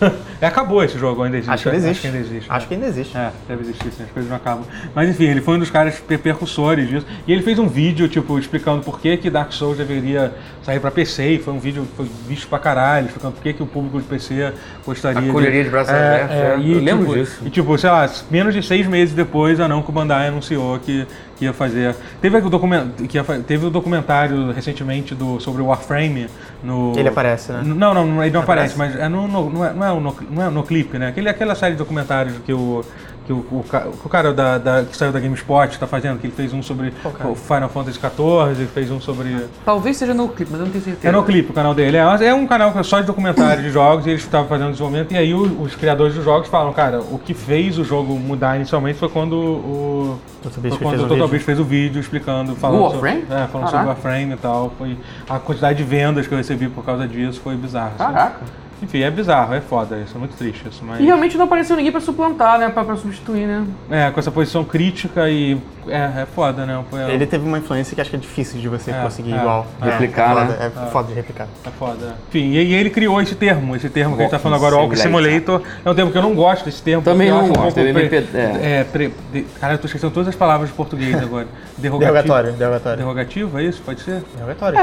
Speaker 1: É. (laughs) Acabou esse jogo, ainda existe. né?
Speaker 2: Acho que ele existe.
Speaker 1: Acho que ainda existe.
Speaker 2: Acho que ainda existe.
Speaker 1: É, deve existir, sim, as coisas não acabam. Mas enfim, ele foi um dos caras per- percussores disso. E ele fez um vídeo, tipo, explicando por que, que Dark Souls deveria sair pra PC. E foi um vídeo que foi visto pra caralho, explicando por que, que o público de PC gostaria.
Speaker 3: Acolheria de braços abertos, é.
Speaker 1: e,
Speaker 3: Eu lembro
Speaker 1: tipo,
Speaker 3: disso.
Speaker 1: E tipo, sei lá, menos de seis meses depois, a Namco Bandai anunciou que, que ia fazer. Teve o, document... que ia fa- Teve o documentário recentemente do... sobre o Warframe no.
Speaker 2: Ele aparece, né?
Speaker 1: Não, não, não, ele não aparece,
Speaker 2: Aparece.
Speaker 1: mas é no, no- não, é, não, é o no, não é o no clipe, né? Aquele, aquela série de documentários que o, que o, o, ca- que o cara da, da- que saiu da GameSpot tá fazendo, que ele fez um sobre o Final Fantasy XIV, fez um sobre.
Speaker 3: Talvez seja no clipe, mas eu não tenho certeza.
Speaker 1: É no clipe o canal dele. É, mas é um canal que é só de documentários de jogos e eles estavam fazendo desenvolvimento. E aí o- os criadores dos jogos falam, cara, o que fez o jogo mudar inicialmente foi quando o.
Speaker 2: Dr.
Speaker 1: Foi
Speaker 2: Biscuit
Speaker 1: quando
Speaker 2: fez
Speaker 1: o
Speaker 2: um
Speaker 1: Total
Speaker 2: vídeo.
Speaker 1: Beast fez o vídeo explicando, falando,
Speaker 3: Warframe?
Speaker 1: Sobre, é, falando sobre
Speaker 3: Caraca.
Speaker 1: Warframe e tal. Foi, a quantidade de vendas que eu recebi por causa disso foi bizarro. sabe?
Speaker 3: Caraca.
Speaker 1: Enfim, é bizarro, é foda isso, é muito triste isso, mas...
Speaker 3: E realmente não apareceu ninguém pra suplantar, né? Pra, pra substituir, né?
Speaker 1: É, com essa posição crítica e... É, é foda, né? É,
Speaker 2: Ele teve uma influência que acho que é difícil de você
Speaker 1: É,
Speaker 2: conseguir
Speaker 1: é,
Speaker 2: igual.
Speaker 1: é.
Speaker 3: Replicar,
Speaker 2: foda,
Speaker 3: né?
Speaker 2: É foda de replicar.
Speaker 1: é foda. Enfim, e, e ele criou esse termo, esse termo que a gente tá
Speaker 3: Walking
Speaker 1: falando agora, Walk
Speaker 3: Simulator.
Speaker 1: Simulator. É um termo que eu não gosto desse termo. porque
Speaker 3: Também
Speaker 1: eu
Speaker 3: não
Speaker 1: acho um
Speaker 3: gosto,
Speaker 1: pouco
Speaker 3: ele me pe- é.
Speaker 1: é, pre- de- Cara, eu tô esquecendo todas as palavras de português
Speaker 3: (laughs)
Speaker 1: agora. Derrogativo.
Speaker 2: Derrogatório, derrogatório.
Speaker 1: Derrogativo, é isso? Pode ser?
Speaker 2: Derrogatório.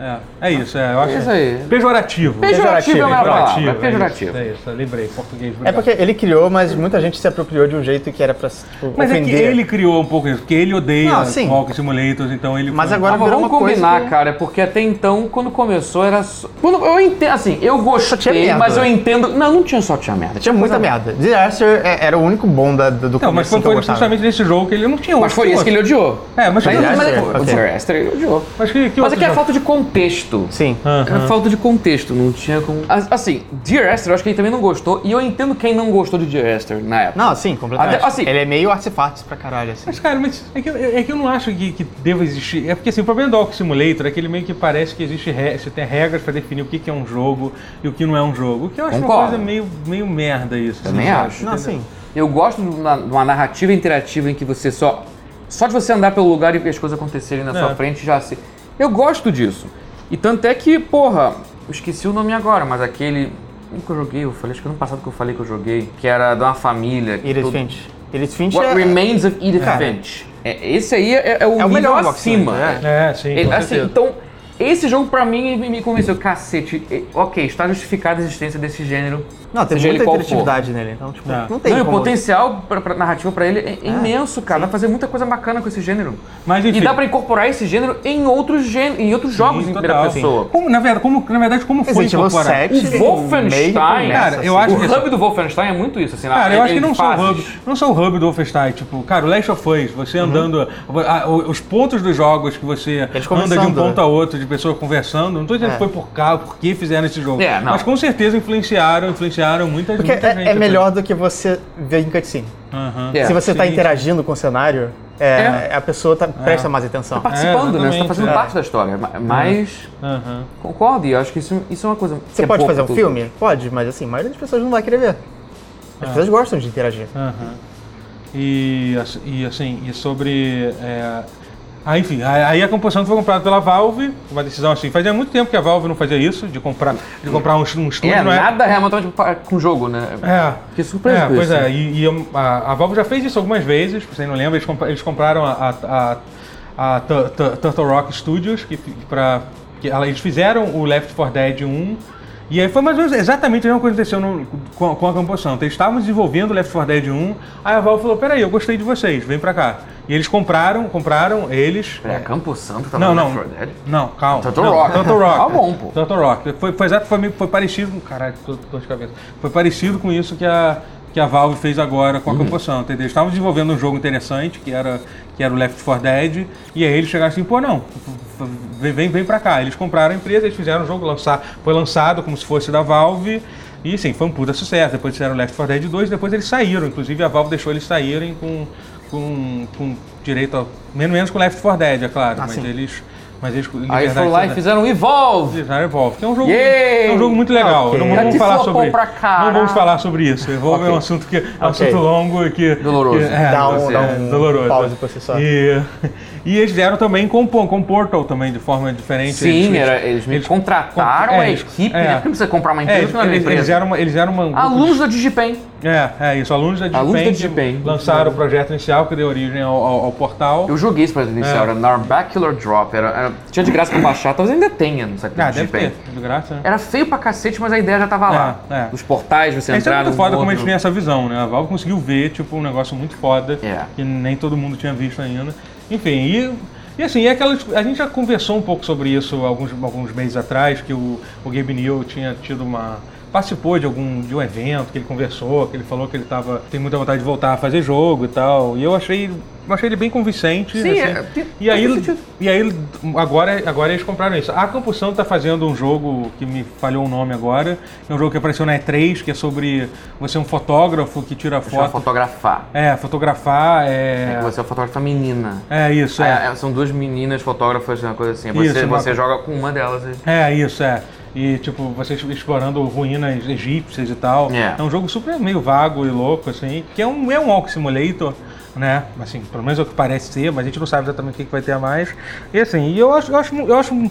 Speaker 1: É, é isso, é, eu acho.
Speaker 3: Ah, isso aí.
Speaker 1: Pejorativo.
Speaker 3: Pejorativo é uma
Speaker 1: Pejorativo,
Speaker 3: palavra.
Speaker 1: é
Speaker 3: Pejorativo.
Speaker 1: isso, É isso, eu lembrei, português.
Speaker 2: É
Speaker 1: obrigado.
Speaker 2: porque ele criou, mas muita gente se apropriou de um jeito que era pra tipo,
Speaker 1: Mas é que
Speaker 2: ofender.
Speaker 1: ele criou um pouco isso, porque ele odeia
Speaker 2: Não, sim.
Speaker 1: Walk Simulators, então ele...
Speaker 2: Mas
Speaker 1: foi-
Speaker 2: agora
Speaker 3: Ah, mas
Speaker 2: virou
Speaker 3: vamos
Speaker 2: uma coisa
Speaker 3: combinar,
Speaker 2: que-
Speaker 3: cara, porque até então, quando começou, era só... Quando eu entendo, assim, eu
Speaker 2: tinha
Speaker 3: gostei,
Speaker 2: merda.
Speaker 3: mas eu entendo... Não, não tinha só tinha merda.
Speaker 2: Tinha muita merda. Disaster é- era o único bom da, do do
Speaker 1: Não, mas
Speaker 2: começo
Speaker 1: foi,
Speaker 2: que eu
Speaker 1: foi
Speaker 2: gostava.
Speaker 1: justamente nesse jogo que ele não tinha
Speaker 3: Mas foi isso que ele odiou.
Speaker 1: É, mas,
Speaker 3: Mas,
Speaker 1: mas,
Speaker 3: mas,
Speaker 2: Disaster,
Speaker 3: o
Speaker 2: ok.
Speaker 3: Disaster ele odiou.
Speaker 1: mas que, que
Speaker 3: Mas
Speaker 1: outro
Speaker 3: é que é
Speaker 1: jogo?
Speaker 3: falta de contexto.
Speaker 2: Sim.
Speaker 1: Ah.
Speaker 3: Era falta de contexto, não tinha como. As- Assim, Dear Esther, eu acho que ele também não gostou, e eu entendo quem não gostou de Dear Esther na época.
Speaker 2: Não, sim, completamente.
Speaker 3: Até- assim-
Speaker 2: ele é meio artefatos pra caralho, assim.
Speaker 1: Mas, cara, mas é que, eu- é que eu não acho que, que deva existir. É porque assim, o problema do Walk Simulator é que ele meio que parece que existe re- você tem regras pra definir o que, que é um jogo e o que não é um jogo. O que eu acho
Speaker 3: Concordo.
Speaker 1: uma coisa meio, meio merda isso.
Speaker 3: Também
Speaker 1: assim,
Speaker 3: acho.
Speaker 2: Não,
Speaker 1: entendeu?
Speaker 2: sim.
Speaker 3: Eu gosto de uma, de uma narrativa interativa em que você só. Só de você andar pelo lugar e ver as coisas acontecerem na
Speaker 2: É.
Speaker 3: sua frente já se. Eu gosto disso. E tanto é que, porra, eu esqueci o nome agora, mas aquele. Um que eu joguei, eu falei, acho que ano passado que eu falei que eu joguei, que era de uma família. que
Speaker 2: Iris
Speaker 3: todo-
Speaker 2: Finch. Edith Finch
Speaker 3: What
Speaker 2: é,
Speaker 3: Remains of Edith
Speaker 2: Cara.
Speaker 3: Finch. É, esse aí é, é o
Speaker 2: é o
Speaker 3: nível
Speaker 2: melhor box
Speaker 3: acima.
Speaker 2: Né?
Speaker 1: É, sim.
Speaker 3: Ele-
Speaker 1: com
Speaker 3: assim,
Speaker 1: certeza.
Speaker 3: então, esse jogo pra mim me me convenceu. Cacete, eh, ok, está justificada a existência desse gênero.
Speaker 2: Não, tem
Speaker 3: seja ele
Speaker 2: muita
Speaker 3: qual for.
Speaker 2: criatividade nele. Então, tipo,
Speaker 1: É.
Speaker 2: não tem
Speaker 3: Não, e o
Speaker 2: como-
Speaker 3: potencial pra, pra narrativa pra ele é, imenso, cara. Dá pra fazer muita coisa bacana com esse gênero.
Speaker 1: Mas enfim.
Speaker 3: E dá pra incorporar esse gênero em outros, gêne- em outros jogos em
Speaker 1: Sim,
Speaker 3: primeira
Speaker 1: total.
Speaker 3: pessoa.
Speaker 1: Como, na, verdade, como, na verdade, como foi
Speaker 2: Resident
Speaker 3: é
Speaker 2: Evil
Speaker 1: incorporado?
Speaker 2: 7.
Speaker 3: O Wolfenstein,
Speaker 1: cara,
Speaker 2: assim.
Speaker 1: eu acho
Speaker 3: o
Speaker 1: que-
Speaker 3: hub do Wolfenstein é muito isso, assim. na-
Speaker 1: Cara, eu acho que
Speaker 3: entre
Speaker 1: não só, o
Speaker 3: fases.
Speaker 1: hub, não só o hub do Wolfenstein, tipo, cara, o Last of Us,
Speaker 3: Uhum.
Speaker 1: você andando, a- a- os pontos dos jogos que você
Speaker 2: Eles
Speaker 1: anda de um
Speaker 2: conversando,
Speaker 1: ponto
Speaker 2: né?
Speaker 1: a outro, de pessoas conversando, não tô dizendo
Speaker 2: É.
Speaker 1: que foi por cá, por que fizeram esse jogo,
Speaker 3: É, não.
Speaker 1: mas com certeza influenciaram, influenciaram muita,
Speaker 2: Porque
Speaker 1: muita gente.
Speaker 2: é, é
Speaker 1: até.
Speaker 2: melhor do que você ver em cutscene.
Speaker 1: Aham.
Speaker 3: É,
Speaker 2: Se você tá
Speaker 1: sim.
Speaker 2: interagindo com o cenário, é, a pessoa tá- presta mais atenção.
Speaker 3: Participando, né? Você tá
Speaker 1: É, exatamente,
Speaker 3: fazendo
Speaker 1: é.
Speaker 3: parte da história. ma- Mas
Speaker 1: Aham.
Speaker 3: concordo, e eu acho que isso, isso é uma coisa. que
Speaker 2: É. Você
Speaker 3: é
Speaker 2: pode
Speaker 3: pouco
Speaker 2: fazer um
Speaker 3: tudo.
Speaker 2: filme? Pode, mas assim, a maioria das pessoas não vai querer ver. As pessoas gostam de interagir.
Speaker 1: Aham. E, ass- e assim, e sobre. é, ah, enfim, a- aí a composição foi comprada pela Valve, uma decisão assim. Fazia muito tempo que a Valve não fazia isso, de comprar, de comprar um, um estúdio,
Speaker 3: É,
Speaker 1: não é?
Speaker 3: nada realmente pra- com jogo, né?
Speaker 1: É.
Speaker 3: Que surpresa
Speaker 1: É,
Speaker 3: isso,
Speaker 1: pois é,
Speaker 3: né?
Speaker 1: e, e a, a Valve já fez isso algumas vezes, pra você não lembra, eles, compa- eles compraram a, a, a- a Tu- Tu- Turtle Rock Studios, que, fi- pra, que ela- eles fizeram o Left 4 Dead 1, e aí foi mais ou menos exatamente a mesma coisa que aconteceu no- com, com a composição. Então, eles estavam desenvolvendo o Left 4 Dead 1, aí a Valve falou, peraí, eu gostei de vocês, vem pra cá. E eles compraram, compraram eles...
Speaker 3: Peraí, Campo Santo tá
Speaker 1: É. Não,
Speaker 3: no
Speaker 1: não.
Speaker 3: Left 4 Dead?
Speaker 1: Não, calma.
Speaker 3: Turtle
Speaker 1: Não,
Speaker 3: Rock.
Speaker 1: Turtle Rock.
Speaker 3: (laughs) Tá bom, pô.
Speaker 1: Turtle Rock. Foi, foi exato, foi, meio- foi parecido. Caralho, tô, tô de cabeça. Foi parecido com isso que a, que a Valve fez agora
Speaker 3: Uhum.
Speaker 1: com a composição, entendeu? Eles estavam desenvolvendo um jogo interessante, que era, que era o Left 4 Dead, e aí eles chegaram assim, pô, não, vem, vem, vem pra cá. Eles compraram a empresa, eles fizeram o jogo, lançar, foi lançado como se fosse da Valve. E sim, foi um puta sucesso. Depois fizeram Left 4 Dead 2, depois eles saíram. Inclusive a Valve deixou eles saírem com, com, com direito a. Menos menos com Left 4 Dead, é claro. mas
Speaker 2: sim.
Speaker 1: eles. Mas eles
Speaker 3: Ah,
Speaker 1: né?
Speaker 3: Aí eles foram lá e
Speaker 1: fizeram
Speaker 3: fizeram Evolve!
Speaker 1: Design Evolve, que é um jogo,
Speaker 3: Yay!
Speaker 1: é um jogo muito legal.
Speaker 2: Ok.
Speaker 1: Não
Speaker 3: Já
Speaker 1: vamos
Speaker 3: te
Speaker 1: falar
Speaker 3: flopou
Speaker 1: sobre
Speaker 3: pra caralho.
Speaker 1: Não vamos falar sobre isso. Evolve é um assunto que é um
Speaker 2: Ok.
Speaker 1: assunto longo e que
Speaker 3: Doloroso.
Speaker 1: que- é,
Speaker 2: Dá um-
Speaker 1: é,
Speaker 2: dá um
Speaker 1: doloroso.
Speaker 2: pause pra você só.
Speaker 1: E, (laughs) e eles vieram também com Pon- com Portal também de forma diferente.
Speaker 3: Sim,
Speaker 1: eles,
Speaker 3: era, eles me
Speaker 1: eles-
Speaker 3: contrataram
Speaker 1: é,
Speaker 3: a
Speaker 1: eles-
Speaker 3: equipe,
Speaker 1: é.
Speaker 3: né? Porque não precisa comprar uma
Speaker 1: É,
Speaker 3: empresa,
Speaker 1: eles,
Speaker 3: não era uma
Speaker 1: eles, eles
Speaker 3: empresa.
Speaker 1: eram uma, eles eram uma um grupo de-
Speaker 3: Alunos da DigiPen.
Speaker 1: É, é isso. Alunos da
Speaker 3: Alunos da
Speaker 1: DigiPen
Speaker 3: DigiPen.
Speaker 1: que lançaram o projeto inicial que deu origem ao, ao- ao portal.
Speaker 3: Eu joguei esse projeto inicial, era Narbacular Drop. Era, era- tinha de graça pra baixar, talvez ainda tenha no site
Speaker 1: Ah,
Speaker 3: da
Speaker 1: deve
Speaker 3: DigiPen.
Speaker 1: ter, de graça, né?
Speaker 3: Era feio pra cacete, mas a ideia já tava lá.
Speaker 1: É, é.
Speaker 3: Os portais, você
Speaker 1: Isso é
Speaker 3: entrar
Speaker 1: muito
Speaker 3: no
Speaker 1: foda como eles
Speaker 3: outro-
Speaker 1: têm essa visão, né? A Valve conseguiu ver, tipo, um negócio muito foda
Speaker 3: É.
Speaker 1: que nem todo mundo tinha visto ainda. Enfim, e, e assim, é aquela, a gente já conversou um pouco sobre isso alguns, alguns meses atrás, que o, o Gabe Newell tinha tido uma... participou de algum de um evento que ele conversou, que ele falou que ele tava, tem muita vontade de voltar a fazer jogo e tal, e eu achei... eu Achei ele bem convincente. assim.
Speaker 3: Sim, é, tem-
Speaker 1: e aí,
Speaker 3: faz sentido.
Speaker 1: e aí agora, agora eles compraram isso. A Compulsão tá fazendo um jogo que me falhou o nome agora. É um jogo que apareceu na E3, que é sobre você é um fotógrafo que tira
Speaker 3: Deixa eu
Speaker 1: foto.
Speaker 3: fotografar.
Speaker 1: É, fotografar,
Speaker 3: É que
Speaker 1: é.
Speaker 3: você é fotógrafa menina.
Speaker 1: É isso, é.
Speaker 3: Ah, é, são duas meninas fotógrafas, uma coisa assim. Você,
Speaker 1: Isso, uma-
Speaker 3: você joga com uma delas. e-
Speaker 1: É isso, é. E tipo, você explorando ruínas egípcias e tal.
Speaker 3: É.
Speaker 1: um jogo super meio vago e louco, assim, que é um, é um walk simulator, né? Assim, pelo menos é o que parece ser, mas a gente não sabe exatamente o que, que vai ter a mais. E assim, e eu acho, eu acho, eu acho.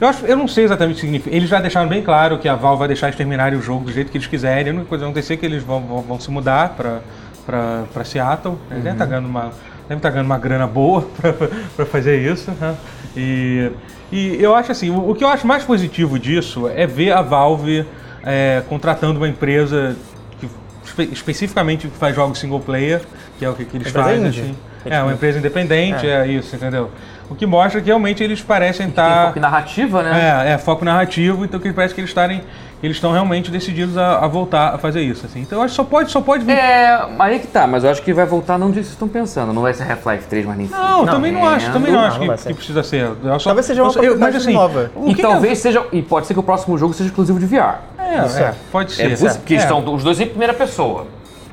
Speaker 1: Eu, acho, eu não sei exatamente o que significa. Eles já deixaram bem claro que a Valve vai deixar eles terminarem o jogo do jeito que eles quiserem. A única coisa que vai acontecer é que eles vão, vão, vão se mudar pra, pra, pra Seattle. Eles devem estar ganhando uma, devem tá ganhando uma grana boa (laughs) pra, pra fazer isso. né? E, e eu acho assim, o, o que eu acho mais positivo disso é ver a Valve é, contratando uma empresa que espe- especificamente que faz jogos single player, que é o que, que eles
Speaker 2: Empresa
Speaker 1: fazem.
Speaker 2: indie.
Speaker 1: Assim. É, uma empresa independente, é. isso, entendeu? O que mostra que realmente eles parecem
Speaker 3: Tem
Speaker 1: estar.
Speaker 3: foco em narrativa, né?
Speaker 1: É, é, foco narrativo, então que parece que eles estarem. que Eles estão realmente decididos a, a voltar a fazer isso, assim. Então eu acho que só pode, só pode vir.
Speaker 3: É. aí que tá, mas eu acho que vai voltar não disso que estão pensando. Não vai ser Half-Life 3, mas nem
Speaker 1: Não, também não acho, também não,
Speaker 2: não,
Speaker 1: acho
Speaker 2: não vai
Speaker 1: que,
Speaker 2: ser.
Speaker 1: que precisa ser. Eu só-
Speaker 2: Talvez seja uma
Speaker 1: eu só- eu- mas,
Speaker 2: oportunidade
Speaker 1: assim,
Speaker 2: nova.
Speaker 1: o
Speaker 3: E
Speaker 1: que
Speaker 3: talvez seja. E pode ser que o próximo jogo seja exclusivo de VR.
Speaker 1: que eu- é,
Speaker 2: Isso é.
Speaker 1: é, pode ser.
Speaker 3: É, por isso, porque
Speaker 1: É,
Speaker 3: estão os dois em primeira pessoa.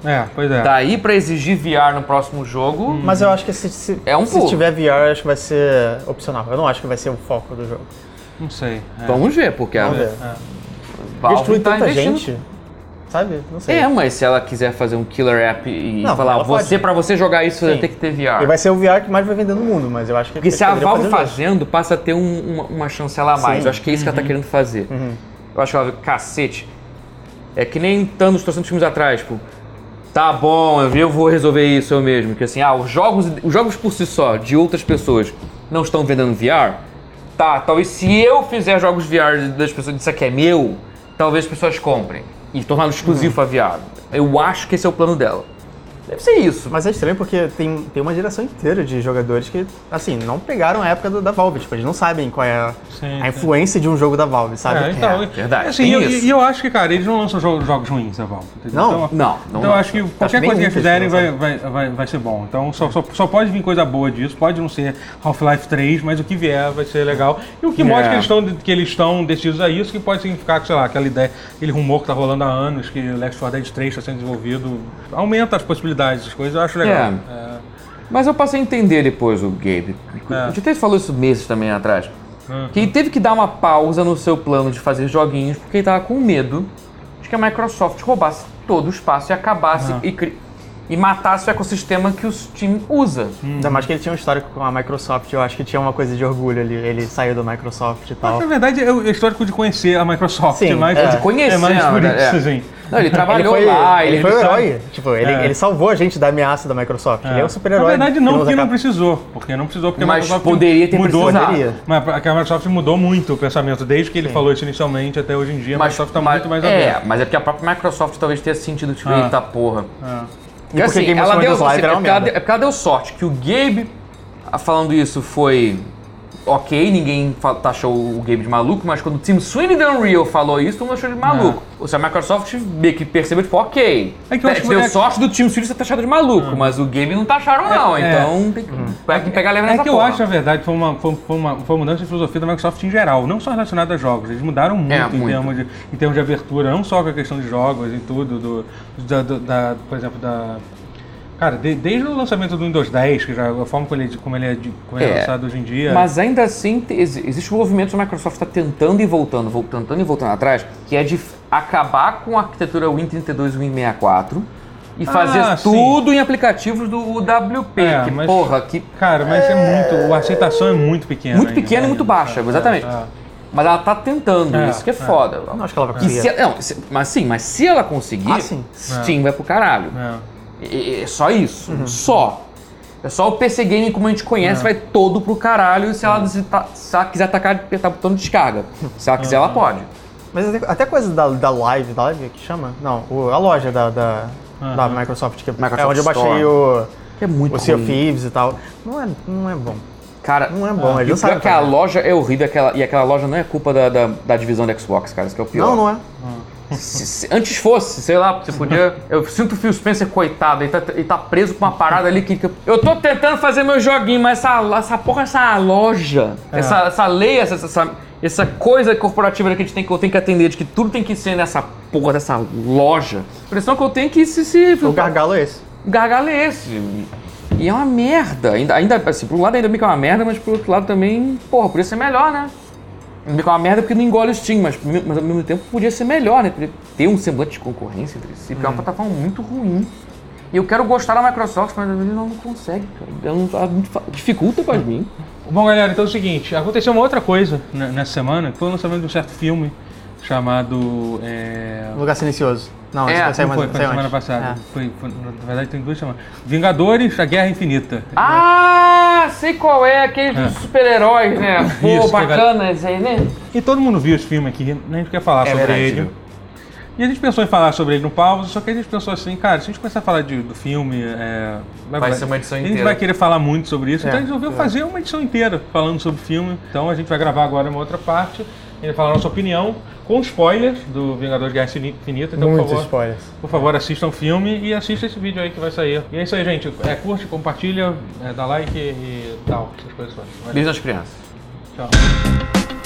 Speaker 1: É, pois é.
Speaker 3: Daí pra exigir VR no próximo jogo.
Speaker 2: Mas eu acho que se, se,
Speaker 3: É um
Speaker 2: se
Speaker 3: pulo.
Speaker 2: tiver VR, acho que vai ser opcional. Eu não acho que vai ser o foco do jogo.
Speaker 1: Não sei. é.
Speaker 3: Vamos ver, porque a
Speaker 2: Vamos ver.
Speaker 3: Valve
Speaker 2: Destruir
Speaker 3: tá
Speaker 2: tanta
Speaker 3: investindo.
Speaker 2: gente, sabe? Não sei.
Speaker 3: É, mas se ela quiser fazer um killer app e
Speaker 2: Não,
Speaker 3: falar,
Speaker 2: ela pode.
Speaker 3: você, pra você jogar isso, vai
Speaker 2: Sim.
Speaker 3: ter que ter VR.
Speaker 2: E vai ser o VR que mais vai vender no mundo, mas eu acho que...
Speaker 3: Porque se a
Speaker 2: poderiam
Speaker 3: Valve
Speaker 2: fazer isso.
Speaker 3: fazendo, passa a ter um- uma, uma chancela a mais.
Speaker 2: Sim. Uhum.
Speaker 3: Eu acho que é isso que ela tá querendo fazer. Eu acho que ela, cacete, é que nem Thanos trouxe uns filmes atrás, tipo, Tá bom, eu- eu vou resolver isso eu mesmo. Que assim, ah, os jogos, os jogos por si só, de outras pessoas, não estão vendendo VR? Tá, talvez se eu fizer jogos VR das pessoas, isso aqui é meu, talvez as pessoas comprem. E torná-lo
Speaker 2: Uhum.
Speaker 3: exclusivo a VR. Eu acho que esse é o plano dela. Deve ser isso.
Speaker 2: Mas é estranho porque tem, tem uma geração inteira de jogadores que, assim, não pegaram a época do- da Valve. Tipo, eles não sabem qual é a,
Speaker 1: Sim,
Speaker 2: a
Speaker 1: sim.
Speaker 2: influência de um jogo da Valve, sabe?
Speaker 1: É, então,
Speaker 2: É.
Speaker 3: verdade,
Speaker 1: Assim,
Speaker 3: tem
Speaker 1: eu-
Speaker 3: isso.
Speaker 1: e eu acho que, cara, eles não lançam jogos, jogos ruins, a Valve. entendeu?
Speaker 2: Não,
Speaker 1: então,
Speaker 3: Não, não.
Speaker 1: Então
Speaker 3: não.
Speaker 1: eu acho que qualquer
Speaker 2: bem
Speaker 1: coisa que eles
Speaker 2: ruim
Speaker 1: fizerem
Speaker 2: esse
Speaker 1: vai,
Speaker 2: jogo,
Speaker 1: vai, vai, vai ser bom. Então só, só, só pode vir coisa boa disso, pode não ser Half-Life 3, mas o que vier vai ser legal. E o que mostra que eles, estão, que eles estão decididos a isso, que pode significar que, sei lá, aquela ideia, aquele rumor que tá rolando há anos, que Left 4 Dead 3 está sendo desenvolvido, aumenta as possibilidades das coisas, eu acho legal. É.
Speaker 3: Mas eu passei a entender depois o Gabe. A gente até falou isso meses também atrás. Que ele teve que dar uma pausa no seu plano de fazer joguinhos porque ele tava com medo de que a Microsoft roubasse todo o espaço e acabasse e, cri- e matasse o ecossistema que o Steam usa.
Speaker 2: Ainda mais que ele tinha um histórico com a Microsoft, eu acho que tinha uma coisa de orgulho ali. Ele saiu da Microsoft e
Speaker 1: Mas,
Speaker 2: tal.
Speaker 1: na verdade, é o histórico de conhecer a Microsoft,
Speaker 2: Sim,
Speaker 1: mas
Speaker 2: é.
Speaker 1: é,
Speaker 2: De
Speaker 3: conhecer,
Speaker 1: mais por
Speaker 3: né?
Speaker 1: isso, assim.
Speaker 3: É.
Speaker 1: gente.
Speaker 3: Não, ele
Speaker 2: Ele
Speaker 3: trabalhou
Speaker 2: foi,
Speaker 3: lá,
Speaker 2: ele foi o
Speaker 3: sabe-
Speaker 2: herói. Tipo, ele,
Speaker 1: É.
Speaker 2: ele salvou a gente da ameaça da Microsoft. Ele é um super-herói.
Speaker 1: Na verdade, não,
Speaker 2: que
Speaker 1: porque
Speaker 2: usa
Speaker 1: não
Speaker 2: capa.
Speaker 1: precisou. Porque não precisou, porque a
Speaker 3: Mas
Speaker 1: Microsoft
Speaker 3: poderia ter
Speaker 1: mudou, né?
Speaker 3: precisado.
Speaker 2: Poderia.
Speaker 1: Mas a Microsoft mudou muito o pensamento, desde que ele falou isso inicialmente até hoje em dia. a Microsoft está muito mais
Speaker 3: É,
Speaker 1: aberta.
Speaker 3: mas é porque a própria Microsoft talvez tenha sentido que
Speaker 1: Ah.
Speaker 3: eita porra.
Speaker 2: Ah. E porque Game of
Speaker 3: ela deu,
Speaker 2: Thrones né? Live
Speaker 3: assim,
Speaker 2: era
Speaker 3: é
Speaker 2: uma
Speaker 3: porque ela
Speaker 2: merda.
Speaker 3: deu- é porque ela deu sorte que o Gabe, ah, falando isso, foi ok, ninguém fa- taxou o Gabe de maluco, mas quando o Tim Sweeney da Unreal falou isso, todo mundo achou ele de maluco. Ou seja, a Microsoft meio que percebeu, tipo, ok.
Speaker 1: É que eu acho que-
Speaker 3: deu
Speaker 1: é-
Speaker 3: sorte do Tim Sweeney ser taxado de maluco, mas o Gabe não taxaram não,
Speaker 1: é.
Speaker 3: então tem que, vai que pegar leve
Speaker 1: É
Speaker 3: nessa
Speaker 1: que eu
Speaker 3: porra.
Speaker 1: acho, na verdade, foi uma, foi, foi uma, foi uma mudança de filosofia da Microsoft em geral, não só relacionada a jogos. Eles mudaram muito,
Speaker 3: É,
Speaker 1: em,
Speaker 3: muito.
Speaker 1: Termos de, em termos de abertura, não só com a questão de jogos e tudo, do, da, do- da- por exemplo, da. Cara, de- desde o lançamento do Windows 10, que já, a forma como ele, é de- como ele é, de- como ele é
Speaker 3: É.
Speaker 1: lançado hoje em dia.
Speaker 3: Mas ainda assim, te- exi- existe um movimento que a Microsoft está tentando e voltando, vol- tentando e voltando atrás, que é de f- acabar com a arquitetura Win32 e Win64 e fazer
Speaker 1: Ah, sim.
Speaker 3: tudo em aplicativos do UWP.
Speaker 1: É,
Speaker 3: que
Speaker 1: mas-
Speaker 3: porra, que
Speaker 1: Cara, mas é muito. A aceitação é muito pequena.
Speaker 3: muito
Speaker 1: ainda,
Speaker 3: pequena e
Speaker 1: né?
Speaker 3: muito baixa, exatamente.
Speaker 1: é.
Speaker 3: Mas ela tá tentando,
Speaker 1: É,
Speaker 3: isso que é,
Speaker 1: é.
Speaker 3: foda.
Speaker 2: Não acho que ela vai
Speaker 3: E
Speaker 2: conseguir.
Speaker 3: se ela- não, se- mas sim, mas se ela conseguir,
Speaker 2: Ah, sim.
Speaker 3: Steam vai pro caralho.
Speaker 1: É.
Speaker 3: É, é só isso.
Speaker 2: Uhum.
Speaker 3: Só. É só o PC Game como a gente conhece,
Speaker 1: É.
Speaker 3: vai todo pro caralho. Se ela, se ta- se ela quiser atacar, apertar o botão de descarga. Se
Speaker 1: É.
Speaker 3: ela quiser, ela pode.
Speaker 2: Mas até, até coisa da, da live, da live que chama? Não, o- a loja da, da, da Microsoft, que é
Speaker 3: Microsoft
Speaker 2: onde eu
Speaker 3: Store.
Speaker 2: baixei o,
Speaker 3: Que é muito
Speaker 2: o Sea of
Speaker 3: ruim.
Speaker 2: Thieves e tal. Não é, não é bom.
Speaker 3: Cara,
Speaker 2: Não é bom,
Speaker 3: e
Speaker 2: ele
Speaker 3: o pior
Speaker 2: não sabe
Speaker 3: é que a
Speaker 2: fazer.
Speaker 3: loja é horrível aquela, e aquela loja não é culpa da, da, da divisão do Xbox, cara. Isso que é o pior.
Speaker 2: Não, não é.
Speaker 3: Se- se- antes fosse, sei lá, você podia. Eu sinto o Phil Spencer, coitado, ele tá, ele tá preso com uma parada ali que. que eu- Eu tô tentando fazer meu joguinho, mas essa, essa porra, essa loja,
Speaker 2: É.
Speaker 3: essa, essa lei, essa, essa, essa coisa corporativa que a gente tem que, eu tenho que atender, de que tudo tem que ser nessa porra dessa loja. A impressão que eu tenho é que se. se
Speaker 2: O gargalo é esse.
Speaker 3: gargalo é esse. E é uma merda. Ainda, ainda, assim, por um lado ainda bem que é uma merda, mas por outro lado também, porra, podia ser melhor, né? Ainda bem que é uma merda porque não engole o Steam, mas, me- mas ao mesmo tempo podia ser melhor, né? Podia ter um semblante de concorrência entre si, porque é uma plataforma muito ruim. E eu quero gostar da Microsoft, mas ele não, não consegue, cara. Eu não- ela muito fa- dificulta pra mim.
Speaker 1: Bom, galera, então é o seguinte: aconteceu uma outra coisa né, nessa semana, que foi o lançamento de um certo filme chamado. É...
Speaker 2: Um Lugar silencioso. Não,
Speaker 3: É,
Speaker 2: esse vai sair
Speaker 1: Não
Speaker 2: mais
Speaker 1: foi, foi
Speaker 2: sai
Speaker 1: semana
Speaker 2: antes.
Speaker 1: passada.
Speaker 2: É.
Speaker 1: Foi, foi- na verdade, tem duas semanas. Vingadores, A Guerra Infinita.
Speaker 3: Ah, sei qual é, aqueles
Speaker 1: É.
Speaker 3: dos super-heróis, né? Pô,
Speaker 1: Isso, que
Speaker 3: bacana esse aí, né?
Speaker 1: E todo mundo viu esse filme aqui, nem a gente quer falar sobre
Speaker 3: É verdade,
Speaker 1: ele.
Speaker 3: viu?
Speaker 1: E a gente pensou em falar sobre ele no pausa, só que a gente pensou assim, cara, se a gente começar a falar de- do filme, é,
Speaker 3: Vai ser uma edição
Speaker 1: a gente
Speaker 3: inteira.
Speaker 1: vai querer falar muito sobre isso. então a
Speaker 2: É,
Speaker 1: gente resolveu fazer uma edição inteira falando sobre o filme. Então a gente vai gravar agora uma outra parte, ele vai falar a nossa opinião, com spoilers do Vingadores Guerra Infinita. Então, por
Speaker 2: Muitos
Speaker 1: favor,
Speaker 2: spoilers.
Speaker 1: Por favor, assista o filme e assista esse vídeo aí que vai sair. E é isso aí, gente. É, curte, compartilha, é, dá like e tal. Essas coisas. Valeu,
Speaker 3: Beijo nas crianças.
Speaker 1: tchau.